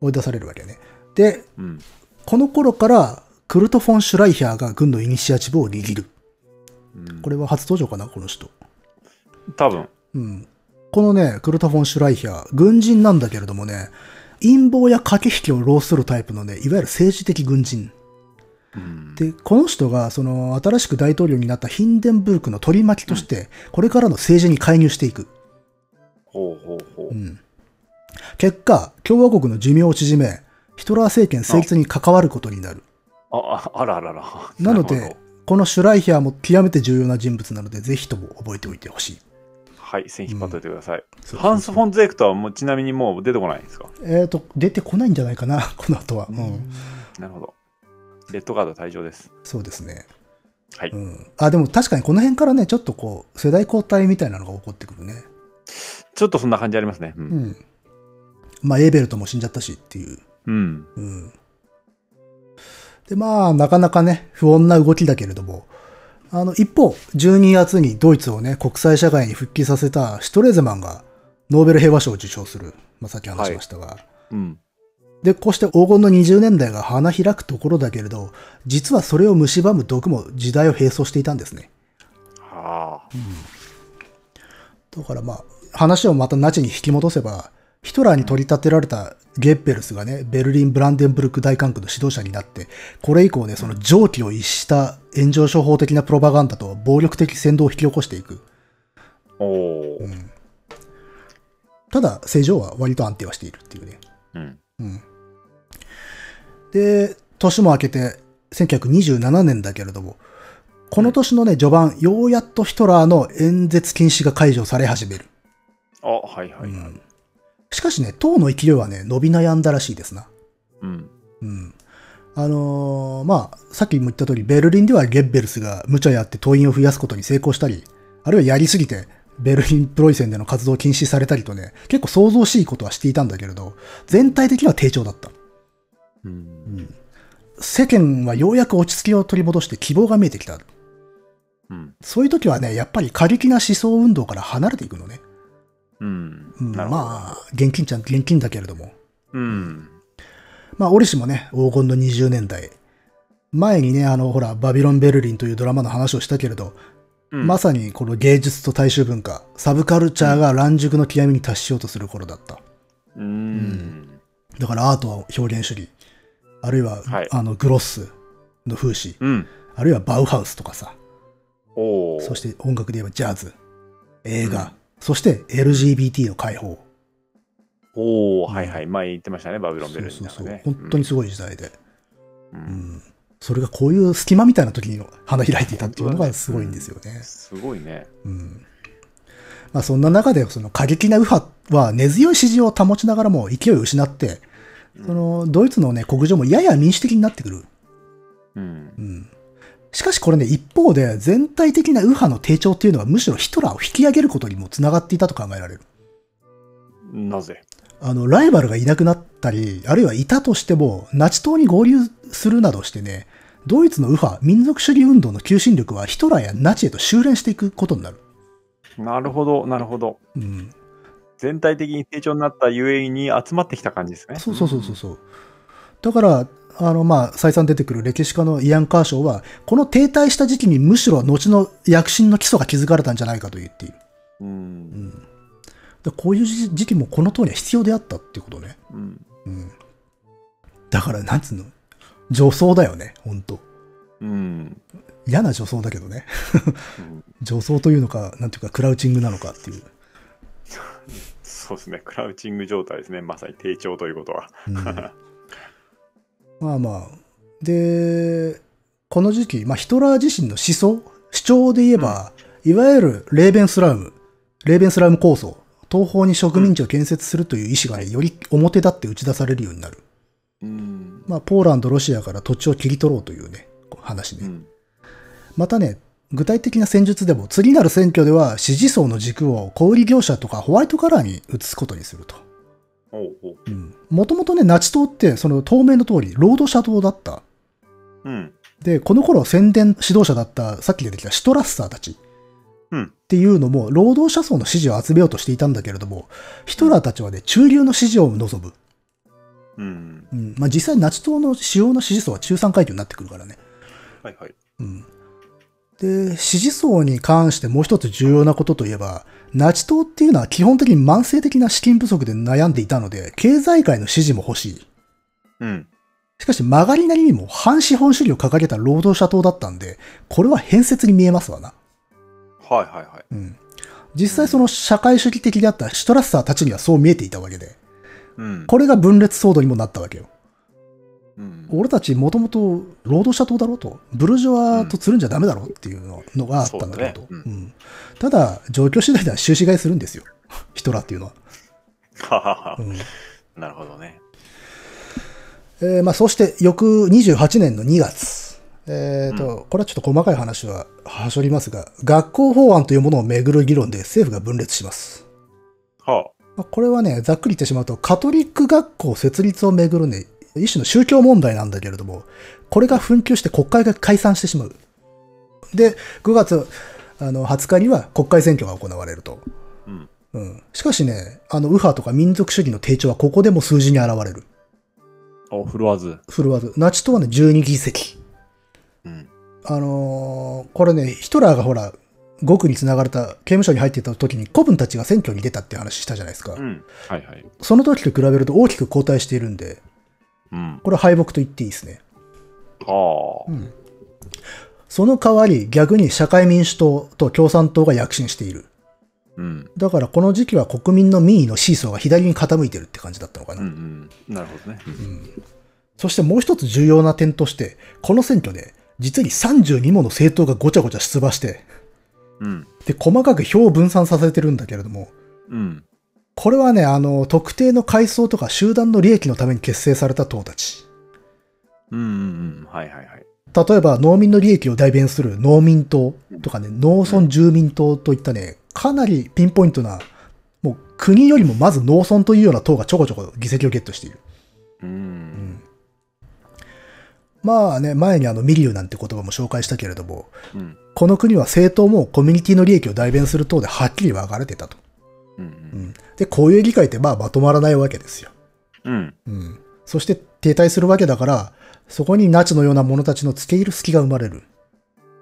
A: 追い出されるわけね。で、
B: うん。
A: この頃から、クルト・フォン・シュライヒャーが軍のイニシアチブを握る。
B: うん
A: これは初登場かな、この人。
B: 多分。
A: うん。このね、クルト・フォン・シュライヒャー、軍人なんだけれどもね、陰謀や駆け引きを浪するタイプのね、いわゆる政治的軍人。
B: うん
A: で、この人が、その、新しく大統領になったヒンデンブルクの取り巻きとして、これからの政治に介入していく。
B: ほうほうほう
A: う。ん。結果、共和国の寿命を縮め、ヒトラー政権成立に関わることになる。
B: あ、ああらあらあら。
A: なの
B: る
A: で
B: ほど、
A: このシュライヒャーも極めて重要な人物なので、ぜひとも覚えておいてほしい。
B: はい、線引っ張っといてください。
A: そう
B: ハンス・フォン・ゼークとはもうちなみにもう出てこないんですか
A: えっ、と、出てこないんじゃないかな、この後は。うん。
B: なるほど。レッドカード退場です。
A: そうですね。
B: はい
A: うん。あ、でも確かにこの辺からね、ちょっとこう、世代交代みたいなのが起こってくるね。
B: ちょっとそんな感じありますね。う。
A: うんん。まあ、エーベルトも死んじゃったしっていう。
B: うん。
A: うん。で、まあ、なかなかね、不穏な動きだけれども、あの、一方、12月にドイツをね、国際社会に復帰させたシュトレーゼマンが、ノーベル平和賞を受賞する。まあ、さっき話しましたが。
B: うん。
A: で、こうして黄金の20年代が花開くところだけれど、実はそれを蝕む毒も時代を並走していたんですね。
B: はあ。
A: だからまあ、話をまたナチに引き戻せば、ヒトラーに取り立てられたゲッペルスがね、ベルリン・ブランデンブルク大管区の指導者になって、これ以降ね、その常軌を逸した炎上商法的なプロパガンダと暴力的扇動を引き起こしていく。
B: おおー。
A: ただ、政情は割と安定はしているっていうね。
B: うん。
A: で、年も明けて、1927年だけれども、この年のね、序盤、ようやっとヒトラーの演説禁止が解除され始める。
B: あ、はいはいはい。
A: しかしね、党の勢いはね、伸び悩んだらしいですな。
B: うん。
A: うん。あのーまあ、さっきも言った通り、ベルリンではゲッベルスが無茶やって党員を増やすことに成功したり、あるいはやりすぎて、ベルリンプロイセンでの活動を禁止されたりとね、結構想像しいことはしていたんだけれど、全体的には低調だった。
B: うん。
A: 世間はようやく落ち着きを取り戻して希望が見えてきた。
B: うん。
A: そういう時はね、やっぱり過激な思想運動から離れていくのね。
B: うん。
A: うん、
B: なるほど。
A: まあ、現金ちゃん、現金だけれども。
B: うん。
A: まあ、折しもね、黄金の20年代。前にね、あの、ほら、バビロン・ベルリンというドラマの話をしたけれど、
B: うん
A: まさにこの芸術と大衆文化、サブカルチャーが乱熟の極みに達しようとする頃だった。
B: うん。
A: だからアートは表現主義、あるいは、
B: はい
A: あの、グロッスの風刺、
B: うん。
A: あるいはバウハウスとかさ、
B: おお。
A: そして音楽で言えばジャズ、映画、そして LGBT の解放。
B: おお、はいはい。前言ってましたね、バビロンベルリン
A: そう
B: なん
A: そ
B: か
A: うそう
B: ね。
A: 本当にすごい時代で。
B: う。
A: うんんそれがこういう隙間みたいな時に花開いていたっていうのがすごいんですよね。
B: すごいね。
A: うんまあ、そんな中でその過激な右派は根強い支持を保ちながらも勢いを失って、そのドイツの、ね、国情もやや民主的になってくる。
B: うん
A: う。んしかしこれね、一方で全体的な右派の低調っていうのはむしろヒトラーを引き上げることにもつながっていたと考えられる。
B: なぜ
A: あの、ライバルがいなくなったり、あるいはいたとしても、ナチ党に合流するなどしてね、ドイツの右派、民族主義運動の求心力はヒトラーやナチへと修練していくことになる。
B: なるほど、なるほど。
A: うん。
B: 全体的に成長になったゆえに集まってきた感じですね。
A: そうそうそうそうそう。だから、あの、まあ、再三出てくる歴史家のイアン・カーショーは、この停滞した時期にむしろ後の躍進の基礎が築かれたんじゃないかと言っている。
B: う。
A: うんん。だこういう時時期もこの党には必要であったってことね。
B: うん。
A: うん。だから、なんつうの女装だよね、ほんと。
B: うん。
A: 嫌な女装だけどね。 女装というのか、なんていうか、クラウチングなのかっていう。
B: そうですね。クラウチング状態ですね。まさに低調ということは。
A: うんまあまあ。で、この時期、まあ、ヒトラー自身の思想、主張で言えば、いわゆるレーベンスラウム、レーベンスラウム構想、東方に植民地を建設するという意思がね、より表立って打ち出されるようになる。
B: うん。
A: まあ、ポーランド、ロシアから土地を切り取ろうというね、こう話ね。
B: うん。
A: またね、具体的な戦術でも、次なる選挙では支持層の軸を小売業者とかホワイトカラーに移すことにすると。
B: おうおう。
A: もともとね、ナチ党って、その透明の通り、労働者党だった。
B: うん。
A: で、この頃宣伝指導者だった、さっき出てきたシュトラッサーたち。
B: うん
A: っていうのも、労働者層の支持を集めようとしていたんだけれども、ヒトラーたちはね、中流の支持を望む。
B: うん。
A: うんまあ、実際、ナチ党の主要な支持層は中産階級になってくるからね。
B: はいはい。
A: うん、で支持層に関してもう一つ重要なことといえばナチ党っていうのは基本的に慢性的な資金不足で悩んでいたので経済界の支持も欲しい
B: うん。
A: しかし曲がりなりにも反資本主義を掲げた労働者党だったんでこれは変説に見えますわな、
B: はいはいはい。
A: うん、実際その社会主義的であったシュトラッサーたちにはそう見えていたわけで
B: うん。
A: これが分裂騒動にもなったわけよ
B: うん。
A: 俺たちもともと労働者党だろうと、ブルジョワとつるんじゃダメだろうっていうののがあったんだろうと。
B: そう
A: う
B: だね
A: んただ、状況次第では収支買いするんですよ。ヒトラーっていうのは。
B: ははは
A: う。ん
B: なるほどね。
A: えーまあ、そして、翌28年の2月。えーと、これはちょっと細かい話ははしょりますが、学校法案というものをめぐる議論で政府が分裂します。
B: は
A: まあこれはね、ざっくり言ってしまうと、カトリック学校設立をめぐるね、一種の宗教問題なんだけれども、これが紛糾して国会が解散してしまう。で、9月あの20日には国会選挙が行われると。
B: あ。うん。
A: うん。しかしね、あの、右派とか民族主義の低調はここでも数字に現れる。
B: お、振るわず。
A: 振るわず。ナチ党はね、12議席。
B: うん。
A: あのーこれね、ヒトラーがほら、極に繋がれた刑務所に入っていた時に古文たちが選挙に出たって話したじゃないですか。
B: うん。はいはい。
A: その時と比べると大きく後退しているんで、
B: うん。
A: これは敗北と言っていいですね。
B: はあ。
A: その代わり逆に社会民主党と共産党が躍進している。
B: うん。
A: だからこの時期は国民の民意のシーソーが左に傾いてるって感じだったのかな。
B: うんうん。なるほどね。
A: そしてもう一つ重要な点として、この選挙で実に32もの政党がごちゃごちゃ出馬して、
B: うん。
A: で、細かく票を分散させてるんだけれども、
B: うん。
A: これはね、あの、特定の階層とか集団の利益のために結成された党たち。
B: うんうんうん。はいはいはい。
A: 例えば農民の利益を代弁する農民党とかね、農村住民党といったね、かなりピンポイントな、もう国よりもまず農村というような党がちょこちょこ議席をゲットしている。
B: うん。
A: まあね、前にあのミリューなんて言葉も紹介したけれども、
B: うん。
A: この国は政党もコミュニティの利益を代弁する党ではっきり分かれてたと。
B: うん。
A: うんで、こういう議会ってまあまとまらないわけですよ。
B: うん。
A: うんそして停滞するわけだから、そこにナチのような者たちの付け入る隙が生まれる。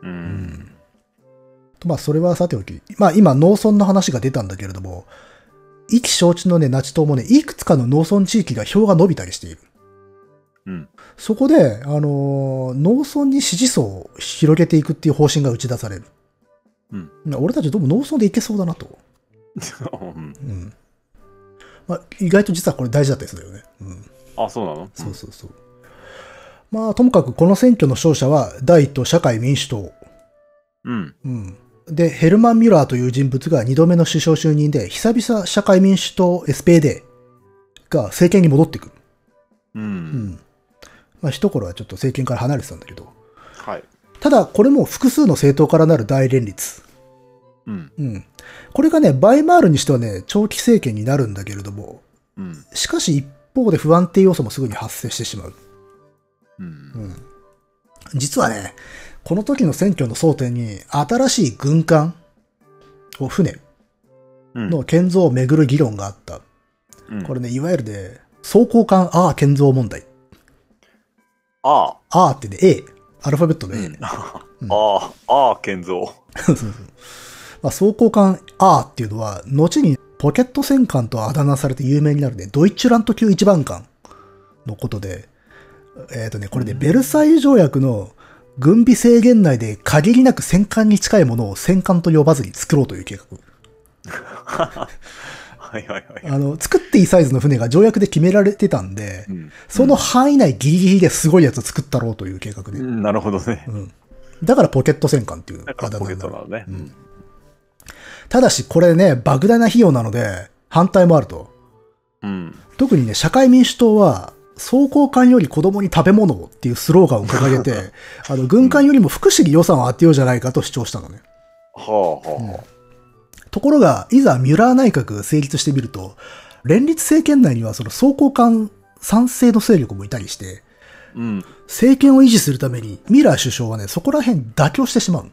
B: うん。
A: とまあ、それはさておき、まあ、今、農村の話が出たんだけれども、意気承知のね、ナチ党もね、いくつかの農村地域が票が伸びたりしている。
B: うん。
A: そこで、あのー農村に支持層を広げていくっていう方針が打ち出される。
B: うん
A: 俺たちどうも農村でいけそうだなと。
B: う
A: う
B: ん。
A: ん。まあ、意外と実はこれ大事だったりするよね。うん。
B: あ、そうなの
A: そうそうそう。まあ、ともかくこの選挙の勝者は、第一党社会民主党。
B: うん。
A: うん。で、ヘルマン・ミュラーという人物が2度目の首相就任で、久々社会民主党 SPD が政権に戻ってくる。
B: う。
A: うんん。まあ、一頃はちょっと政権から離れてたんだけど。
B: はい。
A: ただ、これも複数の政党からなる大連立。
B: うん。
A: うん。これがね、バイマールにしてはね、長期政権になるんだけれども、
B: うん。
A: しかし一方で不安定要素もすぐに発生してしまう。
B: うん。
A: 実はね、この時の選挙の争点に、新しい軍艦を船の建造をめぐる議論があった。
B: うん。
A: これね、いわゆるね、装甲艦アー建造問題。
B: あ
A: アーってね、A。アルファベットの A ね。
B: あ。ああ。ああ、健三。
A: そうそうまあ、装甲艦アーっていうのは、後にポケット戦艦とあだ名されて有名になるね、ドイッチュラント級一番艦のことで、えっ、とね、これね、ベルサイユ条約の軍備制限内で限りなく戦艦に近いものを戦艦と呼ばずに作ろうという計画。
B: はいはいはい。
A: あの、作っていいサイズの船が条約で決められてたんで、
B: ん
A: その範囲内ギリギリですごいやつ作ったろうという計画で。
B: なるほどね。
A: だからポケット戦艦っていう
B: だか
A: あ
B: ら
A: だ
B: ポ
A: 名
B: ケ
A: に
B: ッ
A: な
B: ト
A: る
B: なのね。
A: ただしこれね、莫大な費用なので反対もあると。
B: うん。
A: 特にね、社会民主党は、装甲艦より子供に食べ物をっていうスローガンを掲げ て、あの、軍艦よりも福祉に予算を当てようじゃないかと主張したのね。
B: はあは
A: ところが、いざミュラー内閣が成立してみると、連立政権内にはその装甲艦賛成の勢力もいたりして、
B: あ。うん。
A: 政権を維持するために、ミラー首相はね、そこら辺妥協してしまうの。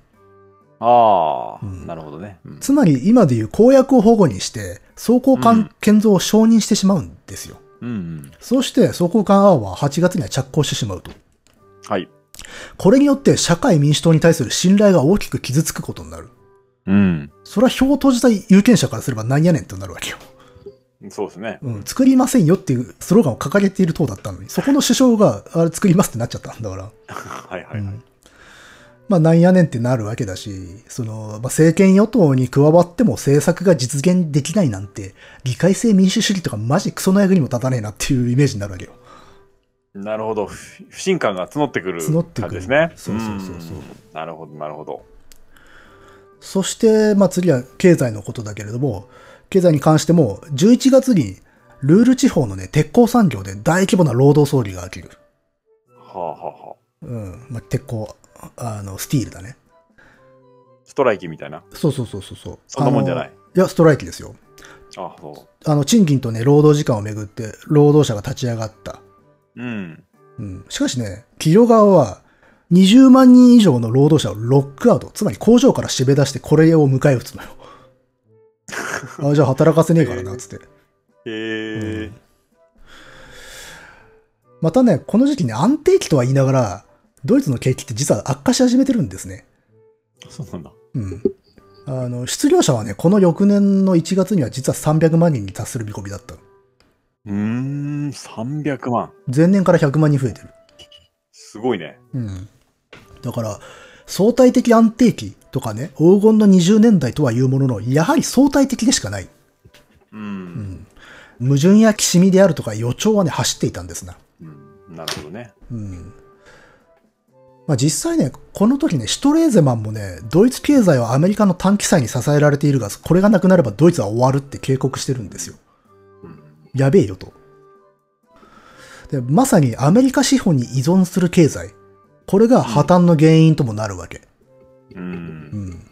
B: ああ。なるほどね。うん。
A: つまり今でいう公約を保護にして、装甲艦建造を承認してしまうんですよ。
B: うんうん。
A: そうして、総交官アワーは8月には着工してしまうと。
B: はい。
A: これによって社会民主党に対する信頼が大きく傷つくことになる。
B: うん。
A: それは票を投じた有権者からすればなんやねんってなるわけよ。
B: そうですね。
A: うん、作りませんよっていうスローガンを掲げている党だったのに、そこの首相が、あれ作りますってなっちゃったんだから。
B: はいはいうはい。
A: んまあ、なんやねんってなるわけだし、その、まあ、政権与党に加わっても政策が実現できないなんて、議会制民主主義とかマジクソの役にも立たねえなっていうイメージになるわけよ。
B: なるほど。ふ不信感が募ってくる
A: 募ってくる
B: 感じですね。。
A: そうそうそうそうん
B: なるほど、なるほど。
A: そして、まあ、次は経済のことだけれども、経済に関しても、11月に、ルール地方のね、鉄鋼産業で大規模な労働争議が起きる。
B: はあはあはあ。
A: うん。まあ、鉄鋼、あの、スティールだね。
B: ストライキみたいな。
A: そうそうそうそうそう。
B: そんなもんじゃない
A: あの。いや、ストライキですよ。
B: あそ
A: あの、賃金とね、労働時間をめぐって、労働者が立ち上がった。
B: う。うん。
A: うん。しかしね、企業側は、20万人以上の労働者をロックアウト、つまり工場から締め出してこれを迎え撃つのよ。あ、じゃあ働かせねえからな、つって。
B: へえ。
A: またね、この時期ね、安定期とは言いながら、ドイツの景気って実は悪化し始めてるんですね。
B: そうなんだ。
A: うん。あの、失業者はね、この翌年の1月には実は300万人に達する見込みだった。
B: うーん、300万。
A: 前年から100万人増えてる。
B: すごいね。
A: うん。だから、相対的安定期とかね、黄金の20年代とは言うものの、やはり相対的でしかない。
B: うん。
A: 矛盾やきしみであるとか予兆はね、走っていたんですな。
B: うんなるほどね。
A: うん。まあ実際ね、この時ね、シュトレーゼマンもね、ドイツ経済はアメリカの短期債に支えられているが、これがなくなればドイツは終わるって警告してるんですよ。
B: うん
A: やべえよと。で、まさにアメリカ資本に依存する経済。これが破綻の原因ともなるわけ。う
B: う。
A: んん。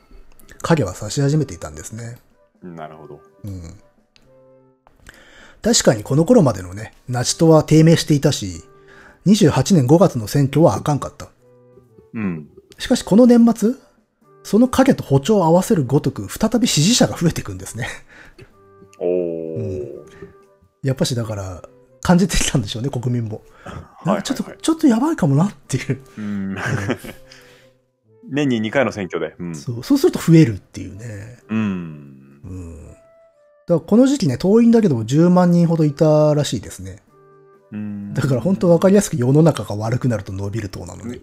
A: 影は差し始めていたんですね。
B: なるほど。
A: うん。確かにこの頃までのね、ナチ党は低迷していたし、28年5月の選挙はあかんかった。
B: うん。
A: しかしこの年末、その影と歩調を合わせるごとく、再び支持者が増えていくんですね。
B: おお。
A: やっぱしだから、感じてきたんでしょうね、国民も。
B: いはい
A: なんかちょっと、ちょっとやばいかもなっていう。
B: うん。 年に2回の選挙で。うん。
A: そう、そうすると増えるっていうね。
B: うん。
A: うん。だからこの時期ね、党員だけでも10万人ほどいたらしいですね。
B: うん
A: だから本当わかりやすく世の中が悪くなると伸びる党なのね。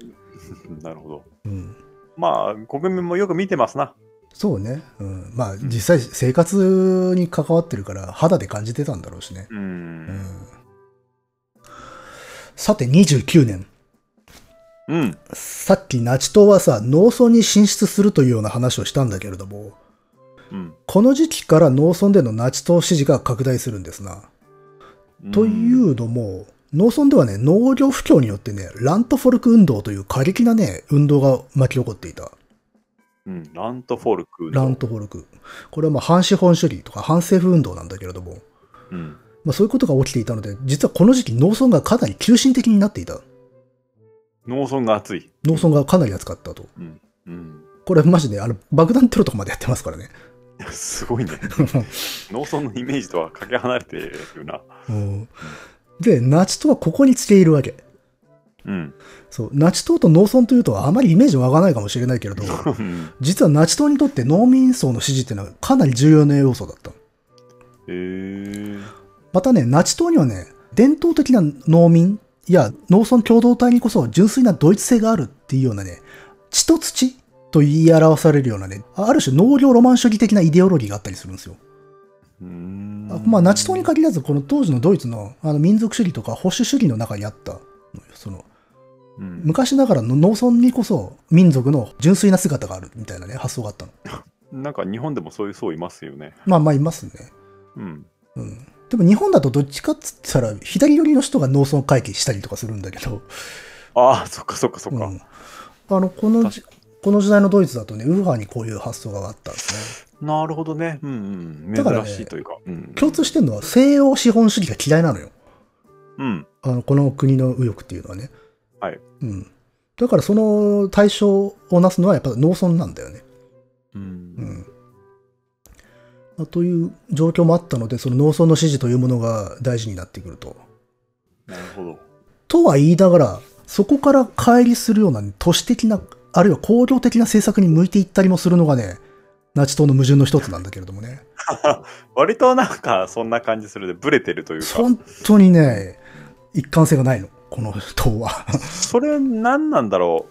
B: なるほど。
A: うん。
B: まあ、国民もよく見てますな。
A: そうね。うん。まあ、実際生活に関わってるから肌で感じてたんだろうしね。
B: う
A: うん
B: ん。。
A: さて、29年。
B: うん。
A: さっきナチ党はさ、農村に進出するというような話をしたんだけれども、
B: うん。
A: この時期から農村でのナチ党支持が拡大するんですな。というのも、農村ではね、農業不況によってね、ラントフォルク運動という過激なね、運動が巻き起こっていた。
B: うん。ラントフォルク。
A: ラン。トフォルク。これはまあ反資本主義とか反政府運動なんだけれども、
B: うん。
A: まあそういうことが起きていたので、実はこの時期農村がかなり急進的になっていた。
B: 農村が熱い。
A: 農村がかなり扱ったと。
B: うん。
A: これマジで、あの、爆弾テロとかまでやってますからね。
B: す ごいね。農村のイメージとはかけ離れてるな。
A: うんで、ナチ党はここにつけいるわけ。
B: うん。
A: そう、ナチ党と農村というとあまりイメージ湧かないかもしれないけれど、実はナチ党にとって農民層の支持っていうのはかなり重要な要素だった。
B: へえ。
A: またね、ナチ党にはね、伝統的な農民や農村共同体にこそ純粋なドイツ性があるっていうようなね、血と土と言い表されるようなね、ある種農業ロマン主義的なイデオロギーがあったりするんですよ。
B: うん
A: あまあ、ナチ党に限らず、この当時のドイツのあの民族主義とか保守主義の中にあったのよその、
B: うん
A: 昔ながらの農村にこそ民族の純粋な姿があるみたいなね、発想があったの。
B: なんか日本でもそういう層いますよね。
A: まあまあいますね。
B: うん。
A: うん。でも日本だとどっちかっつったら、左寄りの人が農村回帰したりとかするんだけど、
B: ああ、そっかそっかそっか。
A: うん、あのこの
B: 確
A: この時代のドイツだとね、ウーファーにこういう発想があったんですね。
B: なるほどね。うんうん。
A: だから
B: 珍
A: ね
B: しいというか。うん
A: 共通してるのは西洋資本主義が嫌いなのよ。
B: うん。
A: あのこの国の右翼っていうのはね。
B: はい。
A: うん。だからその対象をなすのはやっぱ農村なんだよね。う
B: う。
A: んん。まあという状況もあったので、その農村の支持というものが大事になってくると。
B: なるほど。
A: とは言いながら、そこから乖離するような、都市的な、あるいは工業的な政策に向いていったりもするのがね、ナチ党の矛盾の一つなんだけれどもね。
B: 割となんか、そんな感じするで、ブレてるというか。
A: 本当にね、一貫性がないの、この党 は。
B: それ、何なんだろ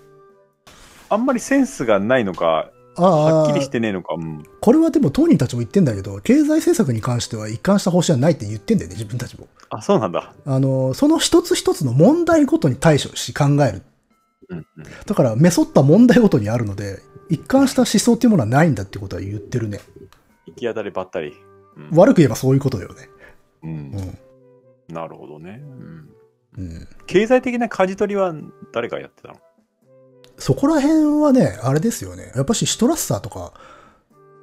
B: う。あんまりセンスがないのか、は
A: あ
B: っきり
A: あ、
B: してねえのか。うん
A: これはでも当人たちも言ってんだけど、経済政策に関しては一貫した方針はないって言ってんだよね、自分たちも。
B: あ、そうなんだ。
A: あの、その一つ一つの問題ごとに対処し考える。
B: うんうん
A: だから、メソった問題ごとにあるので、一貫した思想っていうものはないんだってことは言ってるね。
B: 行き当たりばったり。うん
A: 悪く言えばそういうことだよね。
B: うん
A: うん。
B: なるほどね。うん
A: うん、
B: 経済的な舵取りは誰がやってたの
A: そこら辺はね、あれですよね。やっぱしシュトラッサーとか、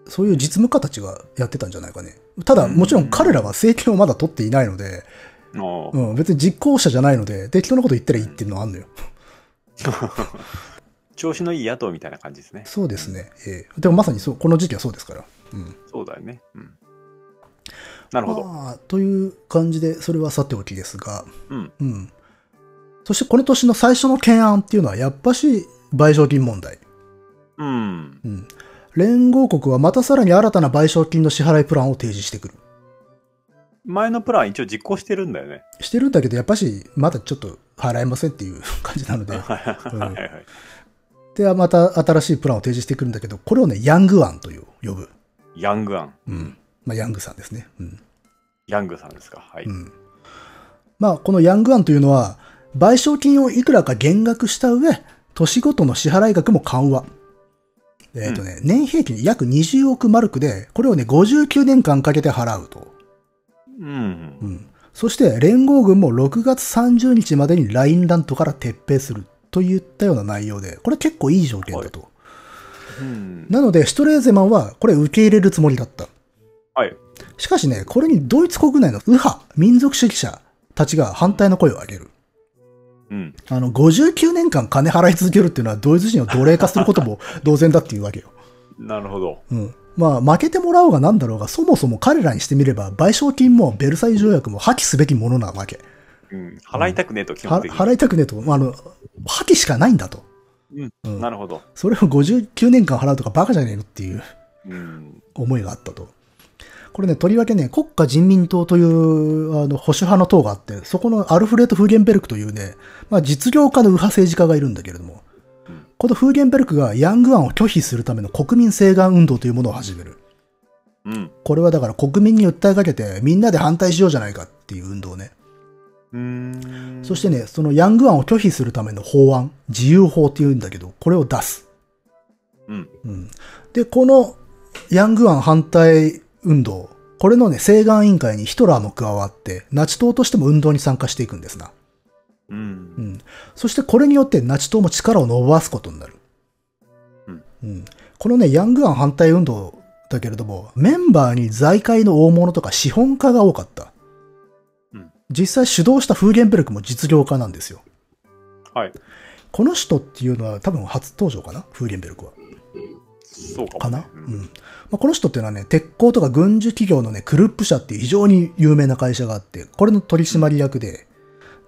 A: そういう実務家たちがやってたんじゃないかね。ただ、
B: うん
A: もちろん彼らは政権をまだ取っていないので、
B: あ
A: うん、別に実行者じゃないので、適当なこと言ったらいいっていうのはあんのよ。
B: あ調子のいい野党みたいな感じですね。
A: そうですね。ええでもまさにそう、この時期はそうですから。うん。
B: そうだよね。うん、なるほど。
A: まあという感じで、それはさておきですが、
B: うん。
A: うん。そしてこの年の最初の懸案っていうのは、やっぱし賠償金問題。
B: うん。
A: うん。連合国はまたさらに新たな賠償金の支払いプランを提示してくる。
B: 前のプラン一応実行してるんだよね。
A: してるんだけど、やっぱし、まだちょっと払えませんっていう感じなので。
B: はいはいはい。
A: で、また新しいプランを提示してくるんだけど、これをね、ヤング案という呼ぶ。
B: ヤングアン。
A: うん。まあ、ヤングさんですね。うん。
B: ヤングさんですか。はい。
A: うん。まあ、このヤング案というのは、賠償金をいくらか減額した上、年ごとの支払い額も緩和。えっ、とね、年平均約20億マルクで、これをね、59年間かけて払うと。
B: うん。
A: う、ん、そして連合軍も6月30日までにラインラントから撤兵するといったような内容で、これ結構いい条件だと。
B: うん。
A: なので、シュトレーゼマンはこれ受け入れるつもりだった。
B: はい。
A: しかしね、これにドイツ国内の右派、民族主義者たちが反対の声を上げる。
B: うん。
A: あの、59年間金払い続けるっていうのはドイツ人を奴隷化することも同然だっていうわけよ。
B: なるほど。
A: うん。まあ、負けてもらおうがなんだろうが、そもそも彼らにしてみれば、賠償金もベルサイユ条約も破棄すべきものなわけ。
B: うん。払いたくねえと、基本
A: は
B: 的に。
A: 払いたくねえと、まあ、あの、破棄しかないんだと。
B: うん。なるほど。
A: それを59年間払うとかバカじゃねえのっていう
B: うん。
A: 思いがあったと。これね、とりわけね、国家人民党というあの保守派の党があって、そこのアルフレート・フーゲンベルクというね、まあ、実業家の右派政治家がいるんだけれども
B: うん、
A: このフーゲンベルクがヤング案を拒否するための国民請願運動というものを始める。
B: うん。
A: これはだから国民に訴えかけて、みんなで反対しようじゃないかっていう運動ね。
B: うん。
A: そしてね、そのヤング案を拒否するための法案、自由法っていうんだけど、これを出す。
B: うん。
A: うんで、このヤングアン反対運動、これのね、請願委員会にヒトラーも加わって、ナチ党としても運動に参加していくんですな。
B: う。
A: うんん。そしてこれによってナチ党も力を伸ばすことになる。
B: うん。
A: このね、ヤングアン反対運動だけれども、メンバーに財界の大物とか資本家が多かった。
B: うん
A: 実際主導したフーゲンベルクも実業家なんですよ。
B: はい。
A: この人っていうのは多分初登場かなフーゲンベルクは。
B: そうかも。
A: かな、う
B: うんん。
A: まあ、この人っていうのはね、鉄鋼とか軍需企業のね、クルップ社っていう非常に有名な会社があって、これの取締役で、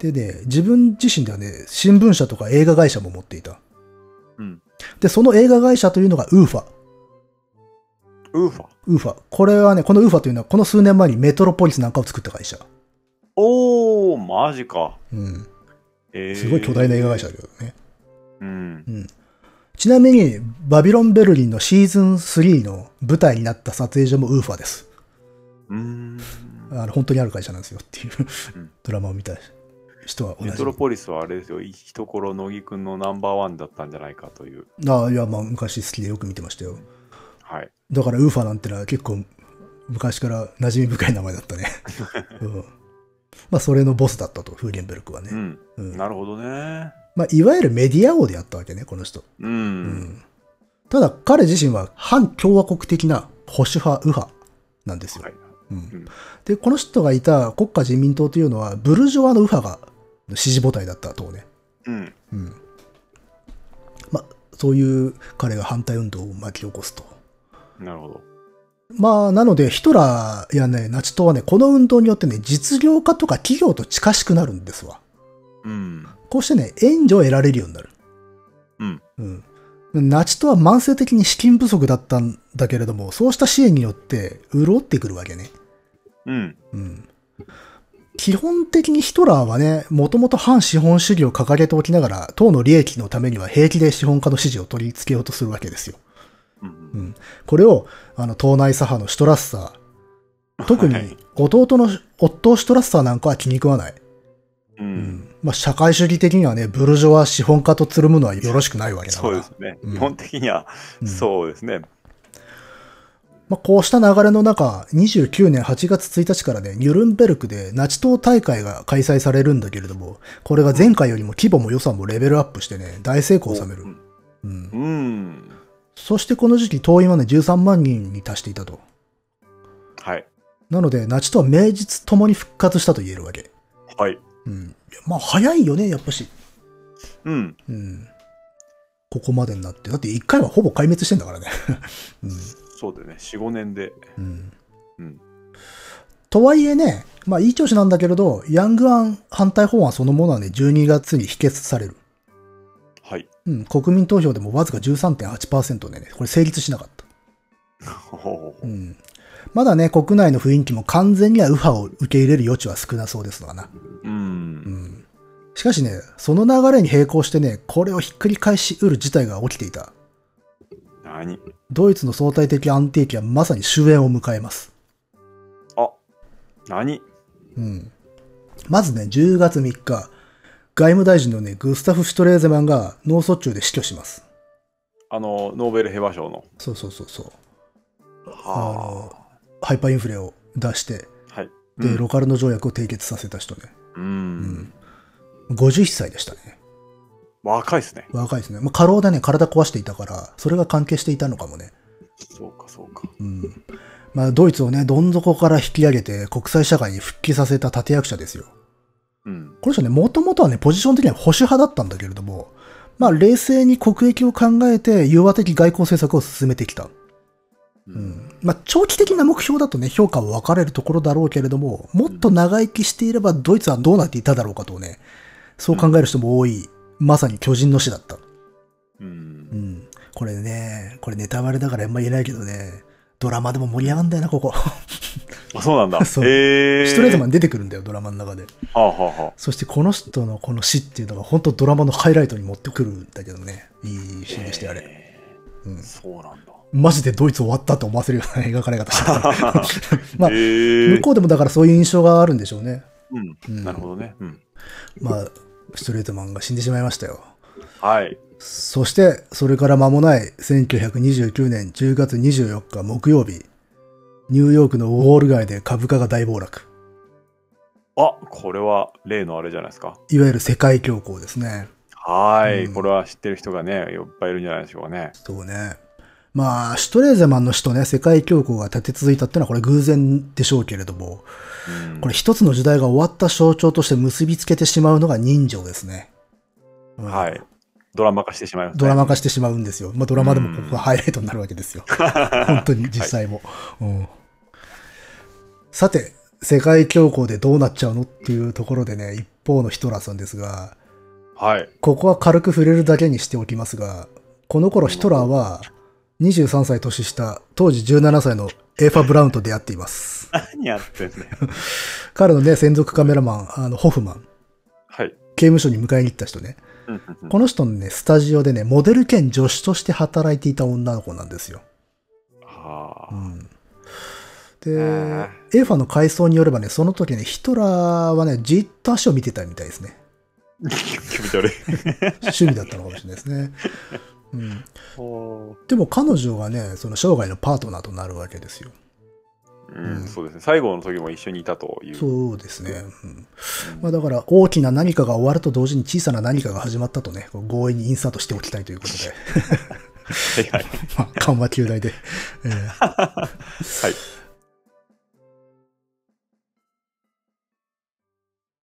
A: でね、自分自身ではね、新聞社とか映画会社も持っていた。
B: うん。
A: で、その映画会社というのがウーファ。
B: ウーファ。
A: ウーファ。これはね、このウーファというのは、この数年前にメトロポリスなんかを作った会社。
B: おー、マジか。
A: うん。
B: えー、
A: すごい巨大な映画会社だけどね。
B: うん。
A: ちなみに、バビロン・ベルリンのシーズン3の舞台になった撮影所もウーファです。
B: うーん。
A: あの本当にある会社なんですよっていう
B: うん
A: ドラマを見た人は同じ。
B: メトロポリスはあれですよ、一頃乃木くんのナンバーワンだったんじゃないかという。
A: ああ、いや、まあ、昔好きでよく見てましたよ。
B: はい。
A: だから、ウーファなんてのは結構、昔から馴染み深い名前だ ったね。うん、まあ、それのボスだったと、フーゲンベルクは
B: う
A: ね。
B: ん。
A: うん
B: なるほどね。
A: まあ、いわゆるメディア王でやったわけね、この人。
B: う。
A: うんん、ただ、彼自身は反共和国的な保守派、右派なんですよ
B: は。い。
A: うん、で、この人がいた国家人民党というのは、ブルジョワの右派が支持母体だった党ね。
B: うん。
A: うん。まあ、そういう彼が反対運動を巻き起こすと。
B: なるほど。
A: まあ、なので、ヒトラーやね、ナチ党はね、この運動によってね、実業家とか企業と近しくなるんですわ。
B: うん。
A: こうしてね、援助を得られるようになる。
B: うん。
A: うん。ナチ党は慢性的に資金不足だったんだけれども、そうした支援によって潤ってくるわけね。
B: うん。
A: うん。基本的にヒトラーはね、もともと反資本主義を掲げておきながら、党の利益のためには平気で資本家の支持を取り付けようとするわけですよ。
B: うん。
A: うん、これをあの党内左派のシュトラッサー特
B: はい
A: に弟の夫シュトラッサーなんかは気に食わない、
B: う。
A: うんんまあ、社会主義的にはねブルジョワ資本家とつるむのはよろしくないわけだか
B: そう
A: ら
B: ですね。
A: うん
B: 基本的には、
A: うん
B: そうですね。
A: まあ、こうした流れの中29年8月1日からねニュルンベルクでナチ党大会が開催されるんだけれどもこれが前回よりも規模も予算もレベルアップしてね大成功を収める、うん、
B: うん。
A: そしてこの時期党員はね13万人に達していたと
B: はい。
A: なのでナチ党は名実ともに復活したと言えるわけ
B: はい。
A: うん。まあ、早いよね、やっぱし。
B: うん。
A: うん。ここまでになって。だって一回はほぼ壊滅してんだからね。
B: そうだよね。4、5年で。
A: うん。
B: うん。
A: とはいえね、まあ、いい調子なんだけれど、ヤング案反対法案そのものはね、12月に否決される。
B: はい。
A: うん。国民投票でもわずか13.8%でね、これ成立しなかった。
B: ほほほ
A: う
B: ほ
A: ん。まだね、国内の雰囲気も完全には右派を受け入れる余地は少なそうですわな。
B: う。
A: うんん。しかしね、その流れに並行してね、これをひっくり返し得る事態が起きていた。
B: 何
A: ドイツの相対的安定期はまさに終焉を迎えます。
B: あ、何
A: うん。まずね、10月3日、外務大臣のね、グスタフ・シュトレーゼマンが脳卒中で死去します。
B: あの、ノーベル平和賞の。
A: そうそうそうそう。あ
B: は
A: の、ハイパーインフレを出して、
B: あ。はい。
A: で、
B: うん
A: ロカルノ条約を締結させた人ね。
B: うん。
A: 51歳でしたね。
B: 若いですね。
A: 若いですね。まあ、過労でね、体壊していたから、それが関係していたのかもね。
B: そうか、そうか。
A: うん。まあ、ドイツをね、どん底から引き上げて、国際社会に復帰させた立役者ですよ。
B: うん。
A: この人ね、もともとはね、ポジション的には保守派だったんだけれども、まあ、冷静に国益を考えて、融和的外交政策を進めてきた。
B: う。
A: うんん。まあ、長期的な目標だとね、評価は分かれるところだろうけれども、もっと長生きしていれば、ドイツはどうなっていただろうかとね、そう考える人も多い、まさに巨人の死だった。
B: う。
A: うんん。これね、これネタバレだからあんま言えないけどね、ドラマでも盛り上がんだよな、ここ。
B: あ、そうなん だ。
A: そう
B: へえ。
A: シュトレーゼマン出てくるんだよ、ドラマの中で。
B: はあ、はあ、はあ。
A: そしてこの人のこの死っていうのが本当ドラマのハイライトに持ってくるんだけどね。いいシーンでしたよ、あれ。
B: れ。
A: うん
B: そうなんだ。
A: マジでドイツ終わったと思わせるような描かれ方してた から。 まあ
B: 向
A: 向こうでもだからそういう印象があるんでしょうね。
B: うん、
A: うん
B: なるほどね。うん。
A: まあ、ストレートマンが死んでしまいましたよ。
B: はい。
A: そして、それから間もない1929年10月24日木曜日、ニューヨークのウォール街で株価が大暴落。
B: あ、これは例のあれじゃないですか。
A: いわゆる世界恐慌ですね。
B: はーい、
A: うん
B: これは知ってる人がね、いっぱいいるんじゃないでしょうかね。
A: そうね。まあ、シュトレーゼマンの死とね、世界恐慌が立て続いたってのはこれ偶然でしょうけれども、
B: うん
A: これ一つの時代が終わった象徴として結びつけてしまうのが人情ですね。うん
B: はい。ドラマ化してしまいます、ね。
A: ドラマ化してしまうんですよ。まあドラマでもここがハイライトになるわけ ですよ。本当に実際も。うんさて、世界恐慌でどうなっちゃうのっていうところでね、一方のヒトラーさんですが、
B: はい。
A: ここは軽く触れるだけにしておきますが、この頃ヒトラーは23歳年下、当時17歳のエーファ・ブラウンと出会っています。
B: 何やってんね
A: 彼のね、専属カメラマン、あの、ホフマン、
B: はい。
A: 刑務所に迎えに行った人ね。
B: うんうんうん
A: この人のね、スタジオでね、モデル兼助手として働いていた女の子なんですよ。
B: は
A: う
B: あ。
A: んで、エ
B: ー
A: ーファの回想によればね、その時ね、ヒトラーはね、じっと足を見てたみたいですね。
B: 気持ち悪い。
A: 趣味だったのかもしれないですね。うん、
B: おー
A: でも彼女がね、その生涯のパートナーとなるわけですよ。
B: うん、
A: うん
B: そうですね。最後の時も一緒にいたという。
A: そうですね。うん
B: うん
A: まあ、だから、大きな何かが終わると同時に小さな何かが始まったとね、こう強引にインサートしておきたいということ で、
B: はいはい。
A: まあ、緩和球大で。ええ
B: はい。